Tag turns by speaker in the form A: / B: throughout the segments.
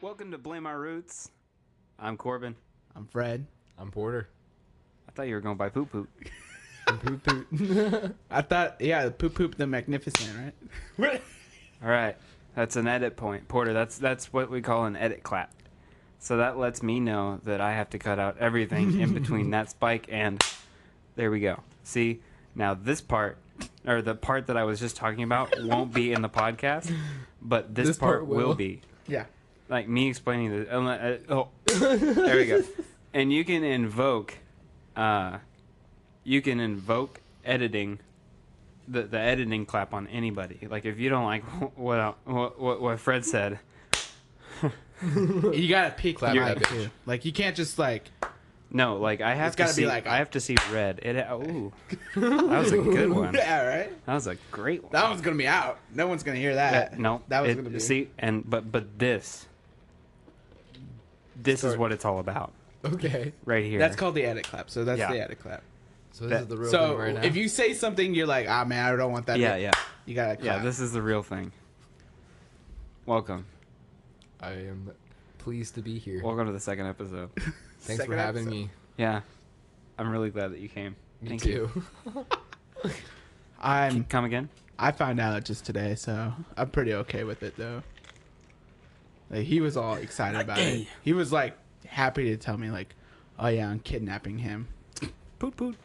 A: welcome to Blame Our Roots. I'm Corbin.
B: I'm Fred.
C: I'm Porter.
A: I thought you were going by Poop Poop.
C: I'm Poot Poot.
B: I thought, yeah, poop poop the magnificent, right?
A: All right, that's an edit point, Porter. That's that's what we call an edit clap. So that lets me know that I have to cut out everything in between that spike and there we go. See, now this part or the part that I was just talking about won't be in the podcast, but this,
C: This
A: part,
C: part
A: will.
C: will.
A: be.
B: Yeah.
A: Like me explaining this. unle- uh, oh, there we go. And you can invoke, uh, you can invoke editing, the the editing clap on anybody. Like if you don't like what I- what what, what Fred said,
B: You gotta peek the
C: Clap that
B: mic
C: bitch.
B: too. Like you can't just like
A: no, like I have
B: It's
A: to
B: gotta be
A: see.
B: like-
A: I have to see red. It. uh, Ooh, that was a good one. That
B: Yeah, right?
A: was a great one.
B: That one's gonna be out. No one's gonna hear that.
A: Uh, no,
B: That was
A: it-
B: gonna be
A: see and but but this. This is
C: Start.
A: what it's all about,
C: okay.
A: right here.
B: That's called the edit clap, so that's
A: Yeah.
B: the edit clap.
C: So this
A: That-
C: is the real
B: So
C: thing right now.
B: if you say something you're like, ah man, I don't want that.
A: yeah, yeah,
B: You gotta
A: yeah.
B: clap.
A: This is the real thing. Welcome.
C: I am pleased to be here.
A: Welcome to the second episode.
C: Thanks
B: Second
C: for having
B: episode.
C: me.
A: Yeah. I'm really glad that you came.
C: Me
A: Thank you.
C: too.
B: I'm
A: Come again?
B: I found out just today, so I'm pretty okay with it though. Like he was all excited about it. He was like happy to tell me like, oh yeah, I'm kidnapping him,
A: Poot poot.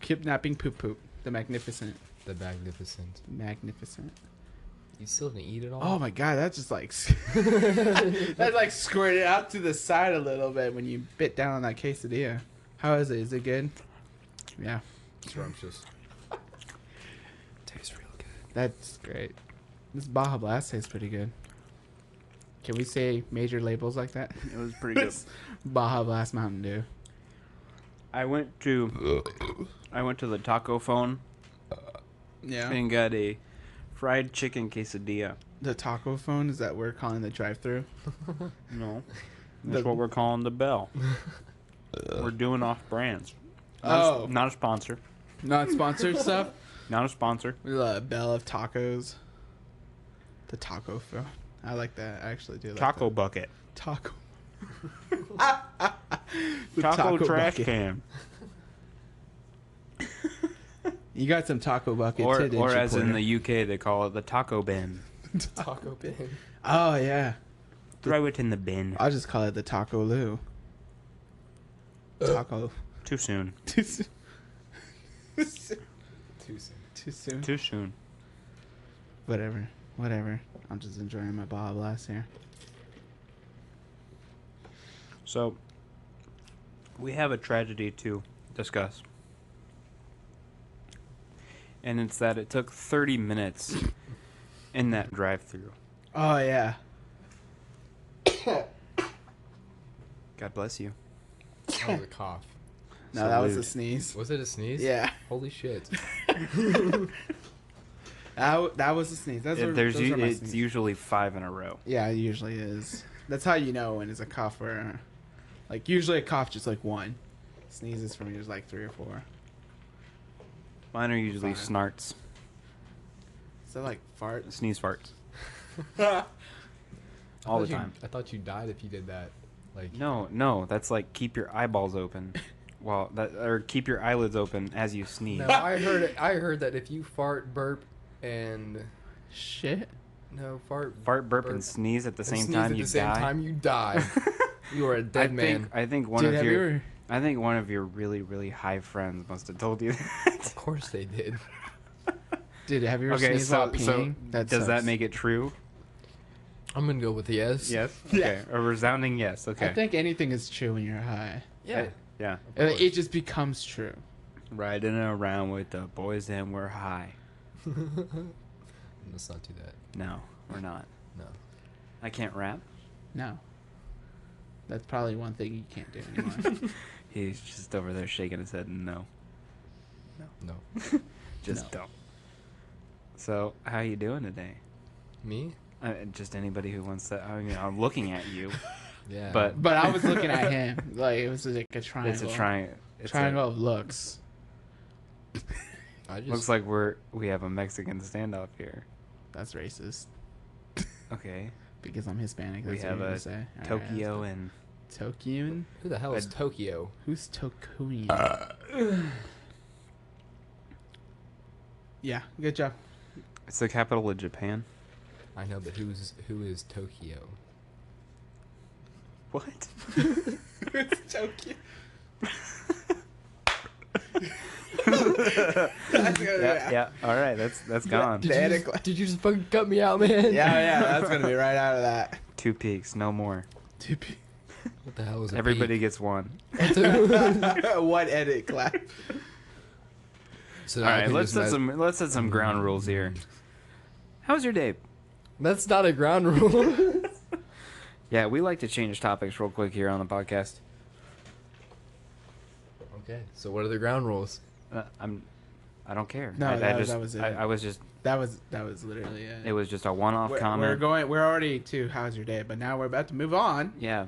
B: kidnapping poop poop, the magnificent,
C: the magnificent.
B: magnificent.
C: You still didn't eat it all.
B: Oh my god, that just like s- that like squirted out to the side a little bit when you bit down on that quesadilla. How is it? Is it good? Yeah,
C: Scrumptious. Tastes real good.
B: that's great. This Baja Blast tastes pretty good. Can we say major labels like that?
A: It was pretty good.
B: Baja Blast Mountain Dew.
A: I went to I went to the taco phone
B: Yeah.
A: and got a fried chicken quesadilla.
B: The taco phone is that we're calling the drive-through.
A: No. That's
B: The-
A: what we're calling the bell. we're doing off brands. Not a-
B: Oh.
A: not a sponsor.
B: Not sponsored stuff.
A: Not a sponsor.
B: We love Bell of Tacos. The taco phone. I like that. I actually do like
A: Taco
B: that.
A: bucket.
B: taco. The
A: Taco, trash
B: bucket.
A: can.
B: You got some taco bucket
A: Or
B: too, didn't
A: or
B: you,
A: as in
B: Porter?
A: the UK they call it the taco bin.
C: Taco bin.
B: Oh yeah.
A: Throw it in the bin.
B: I'll just call it the taco loo. Taco.
A: Too soon.
B: Too soon.
C: Too soon.
B: Too soon.
A: Too soon.
B: Whatever. Whatever. I'm just enjoying my Baja Blast here.
A: So, we have a tragedy to discuss. And it's that it took 30 minutes in that drive through.
B: Oh yeah.
A: God bless you.
C: That was a cough.
B: No, that was a
A: Salute.
B: sneeze.
C: Was it a sneeze?
B: Yeah.
C: Holy shit.
B: That, w- that was a sneeze. That's
A: It-
B: where,
A: there's
B: those
A: u-
B: are my
A: it's
B: sneezes.
A: usually five in a row.
B: Yeah, it usually is. That's how you know when it's a cough or, like, usually a cough just like one. Sneezes for me is like three or four.
A: Mine are usually
B: Five.
A: snarts,
B: Is that like farts?
A: sneeze farts,
B: oh,
A: all
C: I
A: the
C: thought you-
A: time.
C: I thought you died if you did that. Like
A: No, no, that's like keep your eyeballs open, while that or keep your eyelids open as you sneeze.
C: No, I heard it, I heard that if you fart, burp, and
B: shit.
C: no fart,
A: Fart, burp, and sneeze at the same
C: sneeze
A: time
C: at
A: you
C: the same
A: die.
C: time you die. you are a
A: I
C: dead man.
A: think I think one
B: Dude,
A: of
B: have
A: your
B: you ever-
A: I think one of your really, really high friends must have told you that.
C: Of course they did.
B: Dude, have you ever
A: okay,
B: sneezed
A: so,
B: while peeing?
A: so does that
B: sucks.
A: make it true?
C: I'm gonna go with yes.
A: Yes.
B: Yeah.
A: Okay. A resounding yes. Okay.
B: I think anything is true when you're high.
C: Yeah.
A: I- yeah.
C: Of
B: Uh,
C: course.
B: It just becomes true.
A: Riding around with the boys and we're high.
C: Let's not do that.
A: No, we're not.
C: No.
A: I can't rap.
B: No. That's probably one thing you can't do anymore.
A: He's just over there shaking his head and no.
C: No.
A: Just
B: No.
A: don't. So how you doing today?
C: Me?
A: Uh, just anybody who wants to. I mean, I'm looking at you.
C: Yeah.
A: But-
B: but I was looking at him like it was like a triangle.
A: It's a triangle. It's
B: Triangle of looks.
C: I
A: A,
C: just
A: looks like we're we have a Mexican standoff here.
B: That's racist.
A: Okay.
B: because I'm Hispanic.
A: we
B: That's
A: have
B: what
A: a
B: you say. All right,
A: Tokyo and
B: that's good. Tokyoan?
C: Who the hell is
A: I'd-
C: Tokyo?
B: Who's Tokuian? yeah, good job.
A: it's the capital of Japan.
C: I know, but who's who is Tokyo?
A: What?
B: it's Tokyo.
A: yeah, yeah. All right, that's that's gone.
B: Did you just- Attic-
C: did you just fucking cut me out, man?
B: Yeah, yeah, that's gonna be right out of that.
A: Two peaks, no more.
B: Tippy.
C: What the hell is a
A: Everybody
C: peak?
A: gets one.
B: One edit clap.
C: so
A: All
C: I
A: right,
C: can
A: let's set
C: just Mm-hmm. med-
A: some let's set some ground rules here. How was your day?
C: That's not a ground rule.
A: Yeah, we like to change topics real quick here on the podcast.
C: okay. So what are the ground rules?
A: Uh, I'm, I don't care.
B: No,
A: I, I
B: that-
A: just,
B: that was it.
A: I, I was just,
B: That was that was literally it.
A: it was just a one-off
B: we're,
A: comment.
B: we're going. We're already to how's your day, but now we're about to move on.
A: yeah.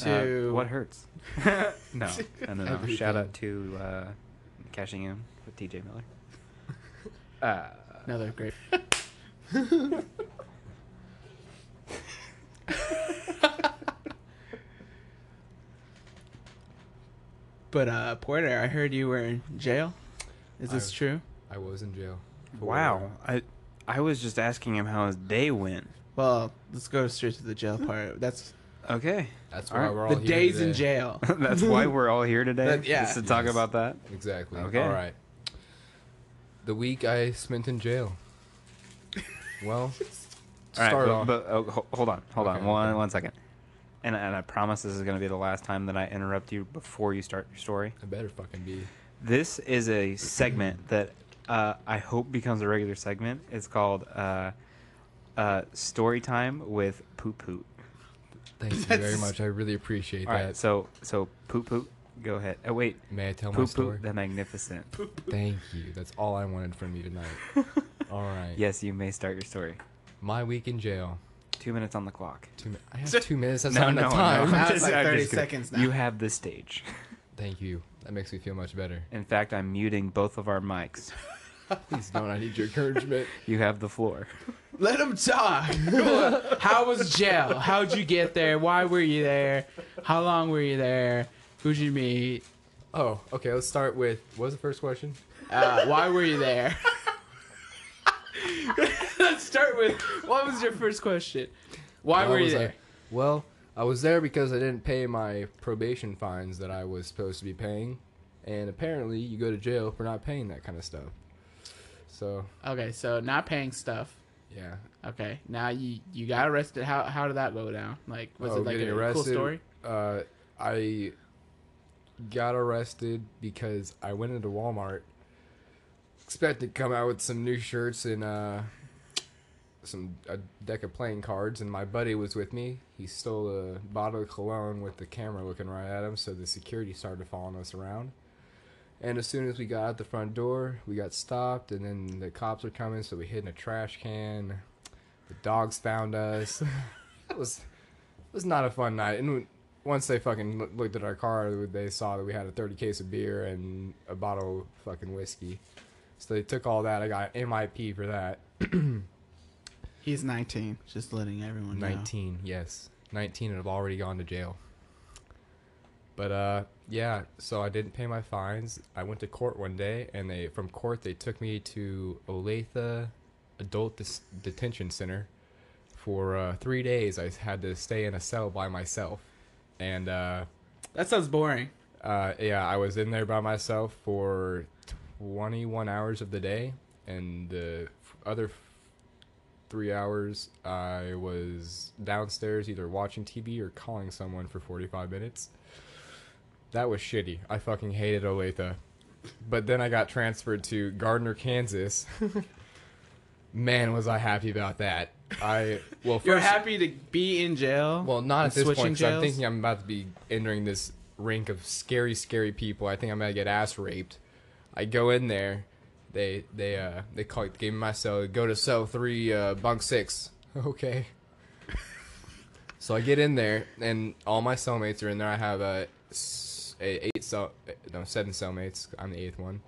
A: Uh,
B: To-
A: what hurts? no, no, no, no. Shout out to uh, cashing in with TJ Miller. Uh,
B: Another great. but uh, Porter, I heard you were in jail. Is this
C: I-
B: true?
C: I was in jail. for-
A: wow, I, I was just asking him how his day went.
B: Well, let's go straight to the jail part. That's
A: Okay,
C: That's
A: All
C: why
A: right.
C: we're Hmm. all
B: the
C: here
B: days in
C: today.
B: jail.
A: that's why we're all here today.
B: That- yeah.
A: just to talk
C: Yes.
A: about that.
C: Exactly.
A: Okay.
C: All right. The week I spent in jail. Well,
A: All right,
C: start
A: but,
C: off.
A: but oh, ho- hold on, hold on,
C: Okay,
A: one
C: okay.
A: one second. And, and I promise this is going to be the last time that I interrupt you before you start your story.
C: I better fucking be.
A: This is a segment that uh, I hope becomes a regular segment. It's called uh, uh, Story Time with Poot Poot.
C: Thank you very
B: That's-
C: much. I really appreciate
A: All
C: that.
A: right, so so Poot Poot, go ahead. Oh wait,
C: May I tell my
A: Poot
C: story?
A: Poot the Magnificent.
C: Thank you. That's all I wanted from you tonight. all right.
A: Yes, you may start your story.
C: My week in jail.
A: Two minutes on the clock.
C: Two. mi- I have two minutes. That's
A: No,
C: not
A: no,
C: enough
A: no.
C: time.
B: Now it's like
A: I'm
B: 30
A: kidding.
B: seconds now.
A: You have the stage.
C: Thank you. That makes me feel much better.
A: In fact, I'm muting both of our mics.
C: Please don't. I need your encouragement.
A: You have the floor.
B: Let him talk. Come on. How was jail? How'd you get there? Why were you there? How long were you there? Who'd you meet?
C: Oh, okay. Let's start with what was the first question?
B: Uh, why were you there? Let's start with what was your first question? Why
C: Why
B: were you
C: was I-
B: there?
C: well, I was there because I didn't pay my probation fines that I was supposed to be paying, and apparently you go to jail for not paying that kind of stuff. So
B: Okay, so not paying stuff.
C: yeah,
B: Okay, now you you got arrested. How how did that go down? Like was
C: Oh,
B: it like a
C: getting
B: cool
C: arrested?
B: story?
C: uh, I got arrested because I went into Walmart, expected to come out with some new shirts and uh, some a deck of playing cards, and my buddy was with me. He stole a bottle of cologne with the camera looking right at him, so the security started following us around. And as soon as we got out the front door, we got stopped, and then the cops were coming, so we hid in a trash can. The dogs found us. It was it was not a fun night. And w- once they fucking loo- looked at our car, they saw that we had a 30 case of beer and a bottle of fucking whiskey. So they took all that. I got MIP for that.
B: He's 19. Just letting everyone
C: 19, yes. 19 and have already gone to jail. But uh yeah, so I didn't pay my fines. I went to court one day and they from court they took me to Olathe Adult Dis- Detention Center for uh 3 days. I had to stay in a cell by myself. And uh
B: That sounds boring.
C: Uh, yeah, I was in there by myself for 21 hours of the day, and the f- other f- three hours I was downstairs either watching TV or calling someone for 45 minutes. That was shitty. I fucking hated Olathe. But then I got transferred to Gardner, Kansas. Man, was I happy about that. I well, 1st
B: You're happy to be in jail.
C: well, not
B: and
C: at this point.
B: switching
C: 'cause I'm
B: jails?
C: thinking I'm about to be entering this rink of scary, scary people. I think I'm gonna get ass raped. I go in there. They they uh they call it, gave me my cell. Go to cell three, uh, bunk six. Okay. so I get in there, and all my cellmates are in there. I have uh, s- a eight cell, no seven cellmates. I'm the eighth one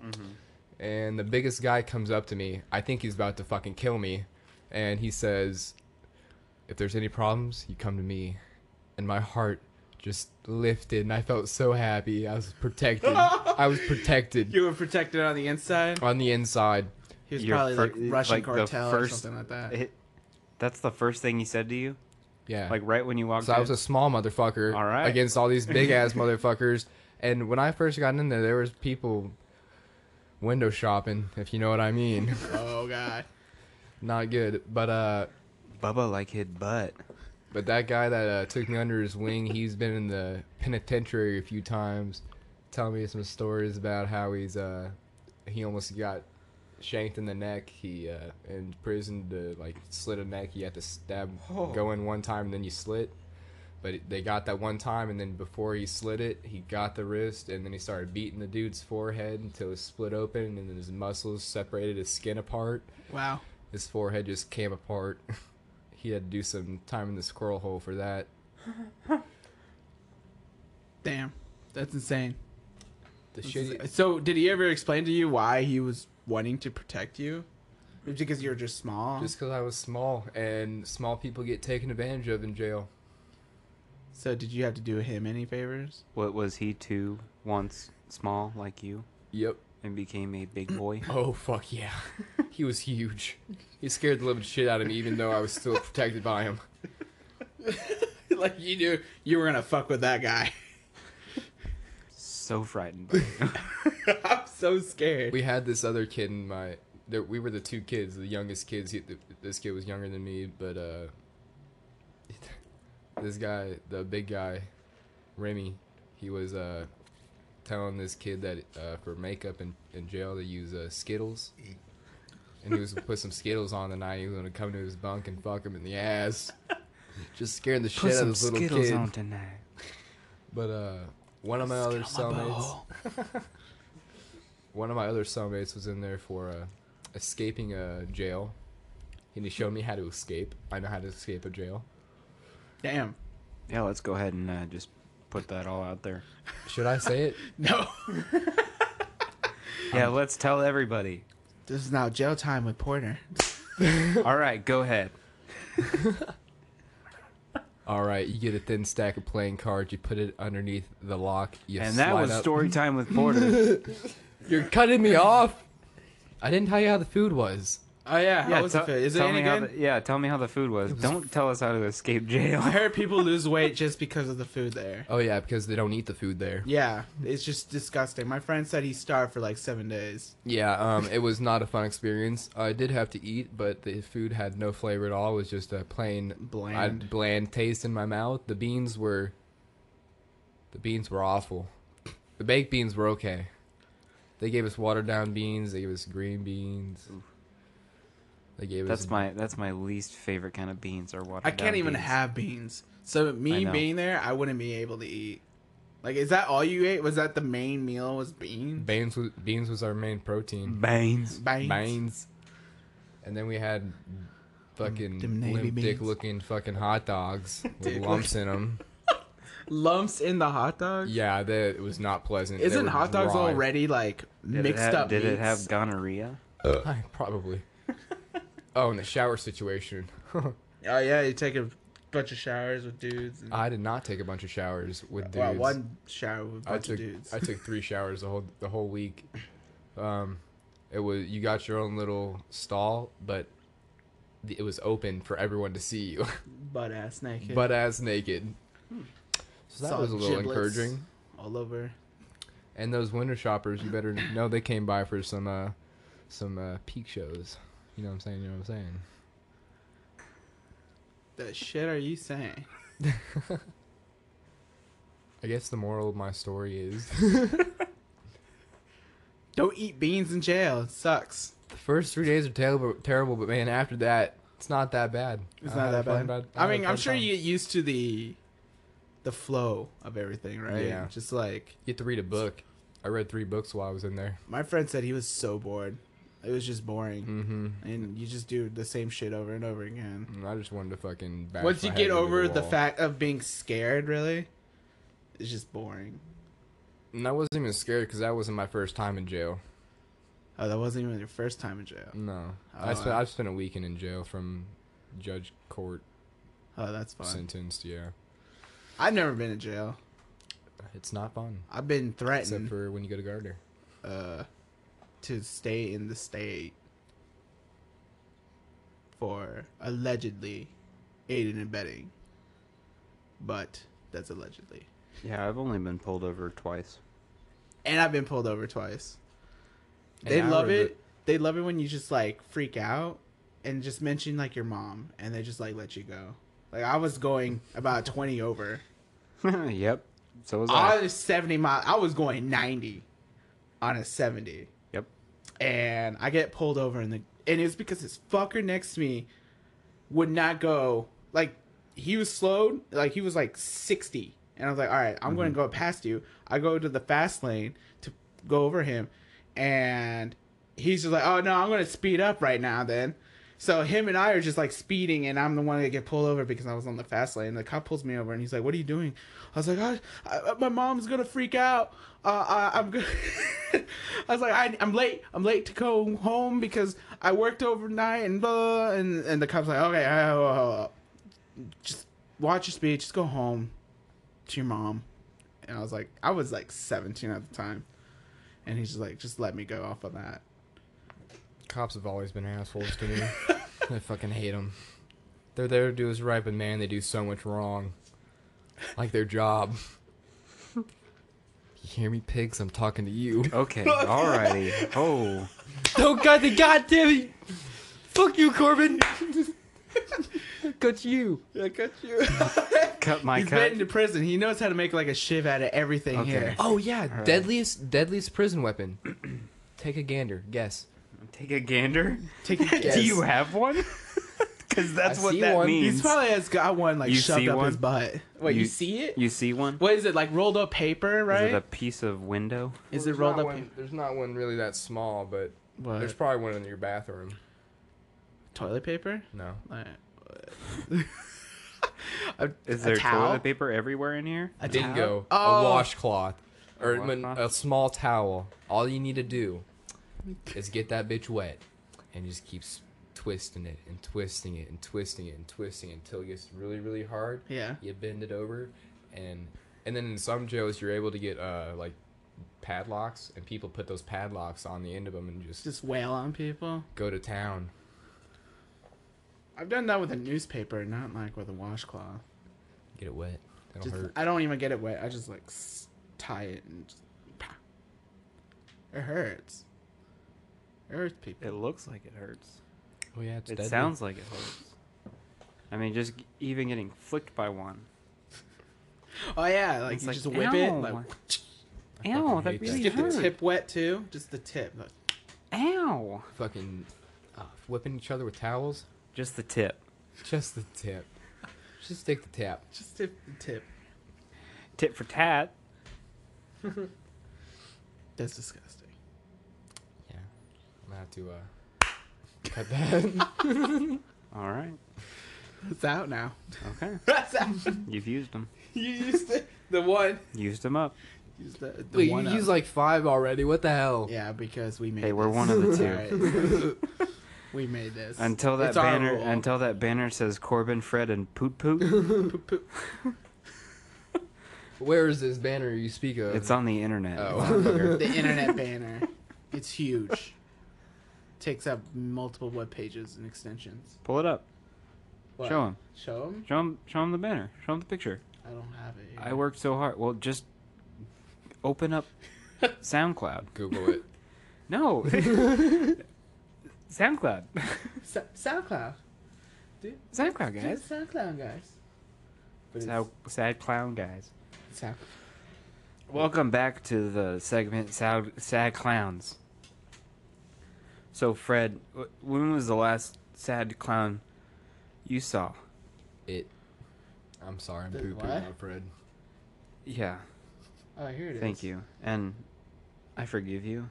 C: and the biggest guy comes up to me. I think he's about to fucking kill me, and he says, if there's any problems, you come to me. And my heart just lifted, and I felt so happy. I was protected. I was protected
B: You were protected on the inside.
C: on the inside.
B: He was
A: Your
B: probably like
A: fir-
B: Russian
A: like the
B: cartel or
A: first-
B: something like that.
A: It, that's the first thing he said to you,
C: Yeah.
A: like right when you walked.
C: So I was a small motherfucker
A: All right.
C: against all these big ass motherfuckers. And when I first got in there, there was people window shopping, if you know what I mean.
B: oh god.
C: Not good. But uh,
A: in. Bubba like hid butt.
C: but that guy that uh, took me under his wing, he's been in the penitentiary a few times, telling me some stories about how he's uh, he almost got shanked in the neck. He uh, in prison to like slit a neck, you have to stab, go in one time, and then you slit. But it- they got that one time, and then before he slit it, he got the wrist, and then he started beating the dude's forehead until it split open, and then his muscles separated his skin apart
B: Wow.
C: his forehead just came apart. he had to do some time in the squirrel hole for that.
B: Damn. That's insane.
C: The
B: That's
C: shitty,
B: ins- so did he ever explain to you why he was wanting to protect you? Because you're just small.
C: just because I was small, and small people get taken advantage of in jail.
B: so did you have to do him any favors?
A: What was he too once small like you
C: Yep.
A: and became a big boy?
C: Oh fuck yeah. he was huge. He scared the living shit out of me, even though I was still protected by him.
B: like you knew you were gonna fuck with that guy.
A: so frightened. by him.
B: I'm so scared.
C: We had this other kid in my. There, we were the two kids, the youngest kids. He, th- this kid was younger than me, but uh, this guy, the big guy, Remy, he was uh, telling this kid that uh, for makeup in, in jail they use uh, Skittles, and he was gonna put some Skittles on the night. He was gonna come to his bunk and fuck him in the ass, just scaring the
A: Put
C: shit out of
A: some
C: this little
A: skittles
C: kid.
A: on tonight.
C: But uh, one of my other cellmates, one of my other cellmates was in there for uh, escaping a jail, and he showed me how to escape. I know how to escape a jail.
B: Damn.
A: Yeah, let's go ahead and uh, just put that all out there.
C: Should I say it?
B: No.
A: Yeah, let's tell everybody.
B: this is now jail time with Porter.
A: All right, go ahead.
C: All right, you get a thin stack of playing cards. You put it underneath the lock. You
A: And that
C: slide
A: was
C: up-
A: story time with Porter.
C: You're cutting me off. I didn't tell you how the food was.
B: Oh yeah.
A: Yeah,
B: how was
A: tell-
B: it? feel? Is it
A: tell
B: any
A: me how
B: good?
A: the- yeah, tell me how the food was. Don't tell us how to escape jail.
B: I heard people lose weight just because of the food there.
C: Oh yeah, because they don't eat the food there.
B: Yeah, it's just disgusting. My friend said he starved for like seven days.
C: Yeah, um, it was not a fun experience. I did have to eat, but the food had no flavor at all. It was just a plain
B: Bland.
C: I, bland taste in my mouth. The beans were, the beans were awful. The baked beans were okay. They gave us watered down beans. They gave us green beans. They gave us
A: That's my that's my least favorite kind of um, beans or water.
B: I can't even have beans. So me
A: know.
B: being there, I wouldn't be able to eat. Like, is that all you ate? Was that the main meal? Was beans?
C: beans. Was, beans was our main protein.
A: beans.
B: Beans.
C: Beans. And then we had fucking
B: Them navy
C: limp
B: beans.
C: dick looking fucking hot dogs with
B: Dick
C: lumps in them.
B: Lumps in the hot dog.
C: Yeah, that it was not pleasant. They
B: Isn't
C: were
B: hot dogs
C: dry.
B: already like
A: Did it
B: mixed
A: have-
B: up?
A: Did it
B: meats?
A: have gonorrhea?
C: I- Probably. oh, in the shower situation.
B: Oh yeah, you take a bunch of showers with dudes. And,
C: I did not take a bunch of showers with Ah, dudes.
B: well, one shower with a
C: I
B: bunch
C: took
B: of dudes.
C: I took three showers the whole the whole week. Um, it was you got your own little stall, but the- it was open for everyone to see you,
B: Butt ass naked.
C: butt ass naked. So that
B: Hmm. Saw
C: was a little
B: giblets
C: encouraging.
B: All over.
C: And those winter shoppers, you better know they came by for some uh some uh peak shows. You know what I'm saying? You know what I'm saying?
B: The shit are you saying?
C: I guess the moral of my story is
B: Don't eat beans in jail. It sucks.
C: the first three days are terrible, terrible, but man, after that, it's not that bad.
B: It's
C: I
B: not
C: had a
B: that bad.
C: fun- I
B: I
C: had a
B: mean, I'm
C: fun
B: sure
C: time.
B: you get used to the the flow of everything, right?
C: Yeah.
B: Just like
C: You have to read a book. I read three books while I was in there.
B: my friend said, he was so bored. It was just boring,
C: Mm-hmm.
B: and you just do the same shit over and over again.
C: Mm, I just wanted to fucking. Bash
B: Once you
C: my
B: get
C: head into
B: over the
C: wall.
B: fact of being scared, really, it's just boring.
C: and I wasn't even scared because that wasn't my first time in jail.
B: Oh, that wasn't even your
C: Mm.
B: first time in jail.
C: No,
B: Oh,
C: I spent
B: I-
C: I've spent a weekend in jail from judge court
B: Oh, that's fun.
C: sentenced. Yeah,
B: I've never been in jail.
C: it's not fun
B: I've been
C: except
B: threatened
C: for when you go to Gardner.
B: uh, to stay in the state for allegedly aiding and abetting, but that's allegedly.
A: Yeah, I've only been pulled over twice.
B: And I've been pulled over twice.
C: An
B: They
C: hour
B: love
C: of
B: it. They love it when you just like freak out and just mention like your mom, and they just like let you go. Like I was going about twenty over.
A: yep. So was
B: I
A: I.
B: was seventy miles. I was going ninety on a seventy.
A: Yep.
B: and I get pulled over, and the and it was because this fucker next to me would not go. Like he was slowed, like he was like sixty, and I was like, all right, I'm going to go past you. I go to the fast lane to go over him, and he's just like, oh no, I'm going to speed up right now then. So him and I are just like speeding, and I'm the one that get pulled over because I was on the fast lane. The cop pulls me over, and he's like, "What are you doing?" I was like, "I, I uh, my mom's gonna freak out. Uh, I, I'm gonna." I was like, I, "I'm late. I'm late to go home because I worked overnight." And blah, blah, blah. and and the cop's like, "Okay, uh, uh, just watch your speed. Just go home to your mom." And I was like, I was like 17 at the time, and he's just like, "Just let me go off on that."
C: Cops have always been assholes to me. I fucking hate them. They're there to do us right, but man, they do so much wrong. Like their job. You hear me, pigs? I'm talking to you.
A: Okay. Alrighty. Oh.
C: oh God, the goddamn! Fuck you, Corbin. Got you.
B: I got you.
A: Cut my
B: He's
A: cut.
B: been to prison. He knows how to make like a shiv out of everything
A: Okay.
B: here.
C: Oh yeah,
A: right.
C: deadliest deadliest prison weapon. Take a gander. Guess.
A: Take a gander.
B: Take a guess.
A: Do you have one? Because that's
C: I
A: what
C: see
A: that
C: one.
A: means.
B: He's probably has got one like
A: You
B: shoved
A: see
B: up
A: one?
B: his butt. Wait, you,
A: You-
B: see it?
A: you see one?
B: what is it like rolled up paper?
A: Is
B: Right?
A: it a piece of window?
B: Is it rolled up?
C: One, there's not one really that small, but
B: pa- what?
C: there's probably one in your bathroom.
B: toilet paper?
C: No.
B: Like,
A: Is
B: A
A: there
B: towel?
A: toilet paper everywhere in here?
B: a
C: Dingo.
B: towel?
C: A
B: Oh.
C: washcloth. Or a,
A: washcloth?
C: a small towel. All you need to do is get that bitch wet and just keeps twisting it and twisting it and twisting it and twisting it until it gets really, really hard.
B: Yeah.
C: You bend it over and and then in some jails you're able to get uh like padlocks and people put those padlocks on the end of them and just
B: Just wail on people.
C: go to town.
B: I've done that with a newspaper, not like with a washcloth.
C: Get it wet. That'll
B: Just,
C: hurt.
B: I don't even get it wet. I just like s- tie it and just. pow. It hurts. It hurts people.
A: It looks like it hurts.
C: Oh yeah, it's
A: it
C: deadly.
A: sounds like it hurts. I mean, just g- even getting flicked by one.
B: Oh yeah, like
A: It's
B: you
A: like,
B: just whip it.
A: ow.
B: Like,
C: I
A: Ow,
C: fucking
A: that
C: hate
A: really
B: get the
A: hurt.
B: tip wet too. Just the tip. Like,
A: Ow.
C: Fucking uh, whipping each other with towels.
A: Just the tip.
C: Just the tip. Just take the tap.
B: just tip the tip.
A: Tip for tat.
B: That's disgusting.
C: Yeah. I'm gonna have to uh cut that.
A: All right.
B: It's out now.
A: Okay.
B: That's out.
A: You've used them.
B: you used it. The one.
A: Used them up.
B: Used the, the
C: Wait, you
B: one.
C: used
B: up.
C: like five already. What the hell?
B: yeah, because we made.
A: Hey, we're
B: this.
A: one of the
B: two. we made this
A: Until that
B: It's our
A: banner.
B: rule.
A: Until that banner says Corbin, Fred, and Poot Poot.
B: Poop, poop.
C: Where is this banner you speak of?
A: it's on the internet.
C: Oh.
B: the internet banner. It's huge. Takes up multiple web pages and extensions.
A: Pull it up.
B: What?
A: Show him.
B: Show 'em?
A: Show him. Show him the banner. Show him the picture.
B: I don't have it.
A: I
B: Here.
A: worked so hard. Well, just open up SoundCloud.
C: Google it.
A: No. SoundCloud.
B: Sa- SoundCloud.
A: SoundCloud,
B: Dude,
A: guys.
B: SoundCloud guys. But it's-
A: Sad, sad clown guys.
B: Sound-
A: Welcome back to the segment Sad, sad Clowns. So, Fred, wh- when was the last sad clown you saw?
C: It. I'm sorry, I'm
B: The
C: poo
B: what?
C: poo, my Fred.
A: Yeah,
B: Oh, here it is.
A: thank you. And I forgive you,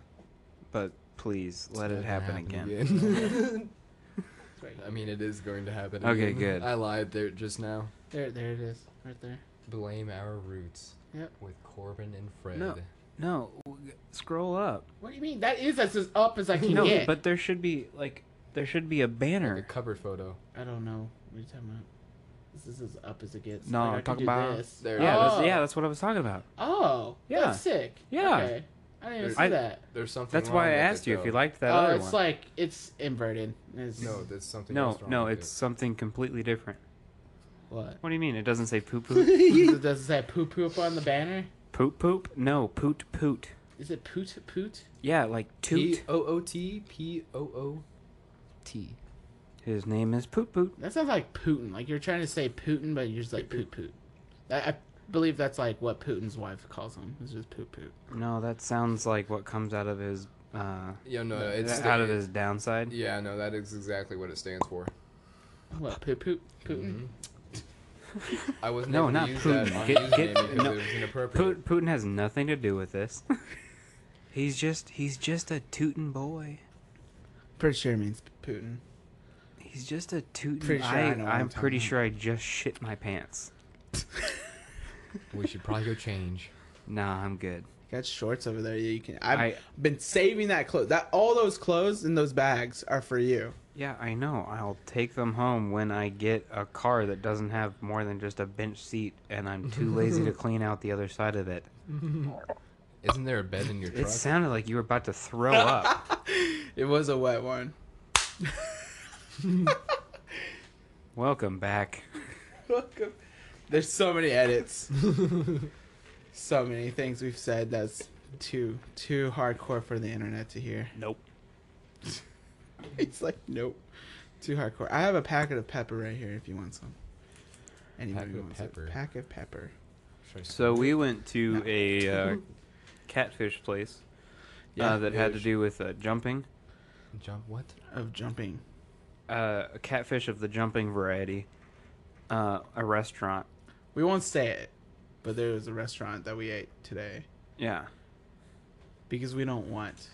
A: but please let it happen again.
B: It's right
C: I mean, it is going to happen.
A: Okay,
C: again.
A: good.
C: I lied there just now.
B: There, there it is, right there.
C: Blame our roots.
B: Yep.
C: With Corbin and Fred.
A: No. No, w- scroll up.
B: What do you mean? That is as up as I can
A: No,
B: get.
A: but there should be, like, there should be a
C: Like a
A: banner.
C: cover photo.
B: I don't know. What are you talking about? This is as up as it gets.
A: No,
B: Like, I
A: I'm
B: could
A: talking
B: do
A: about-
B: this.
C: There
A: Yeah,
B: oh.
A: that's, yeah, that's what I was talking about.
B: Oh,
A: Yeah.
B: that's sick.
A: Yeah.
B: Okay. I didn't even see
A: I-
B: that.
C: There's something.
A: That's
C: wrong
A: why I
C: with it,
A: asked you if
C: though.
A: you liked that
B: Oh,
A: other
B: it's
A: one.
B: like it's inverted. It's,
C: No, that's something.
A: no,
C: else wrong
A: no,
C: with
A: it's something completely different.
B: what?
A: What do you mean? It doesn't say poop poop?
B: Does it say poo poo up on the banner?
A: poop poop? No, poot poot.
B: Is it poot poot?
A: Yeah, like
C: it.
A: toot.
C: P O O T P O O T.
A: His name is Poot Poot.
B: That sounds like Putin. Like you're trying to say Putin, but you're just like poot poot. I, I believe that's like what Putin's wife calls him. It's just poot poot.
A: No, that sounds like what comes out of his uh
C: Yeah, no, it's
A: out of
C: the-
A: his downside.
C: Yeah, no, that is exactly what it stands for.
B: What poot poot Putin?
C: Mm-hmm. I was
A: No,
C: never
A: not
C: use
A: Putin.
C: that on
A: Get-
C: username
A: get-
C: because
A: no.
C: it was
A: Poot
C: inappropriate.
A: Putin has nothing to do with this. he's just he's just a tootin' boy.
B: Pretty sure it means Putin.
A: He's just a tootin'
B: Pretty sure I know what
A: I
B: I'm
A: am pretty
B: talking
A: sure I just shit my pants.
C: We should probably go change.
A: Nah, I'm good.
B: Got shorts over there. You can. I've
A: I-
B: been saving that clothes. That all those clothes in those bags are for you.
A: Yeah, I know. I'll take them home when I get a car that doesn't have more than just a bench seat and I'm too lazy to clean out the other side of it.
C: Isn't there a bed in your
A: It
C: truck?
A: sounded like you were about to throw up.
B: It was a wet one.
A: Welcome back.
B: Welcome. There's so many edits. so many things we've said that's too too hardcore for the internet to hear.
A: Nope.
B: It's like nope, too hardcore. I have a packet of pepper right here if you want some. Anybody
C: Packet of
B: wants pepper.
C: pepper.
B: a packet of pepper?
C: Should I
A: So we went to a uh, catfish place uh, that had to do with uh, jumping.
C: jump what?
B: Of jumping.
A: Uh, a catfish of the jumping variety. Uh, a restaurant.
B: We won't say it, but there was a restaurant that we ate today
A: Yeah.
B: because we don't want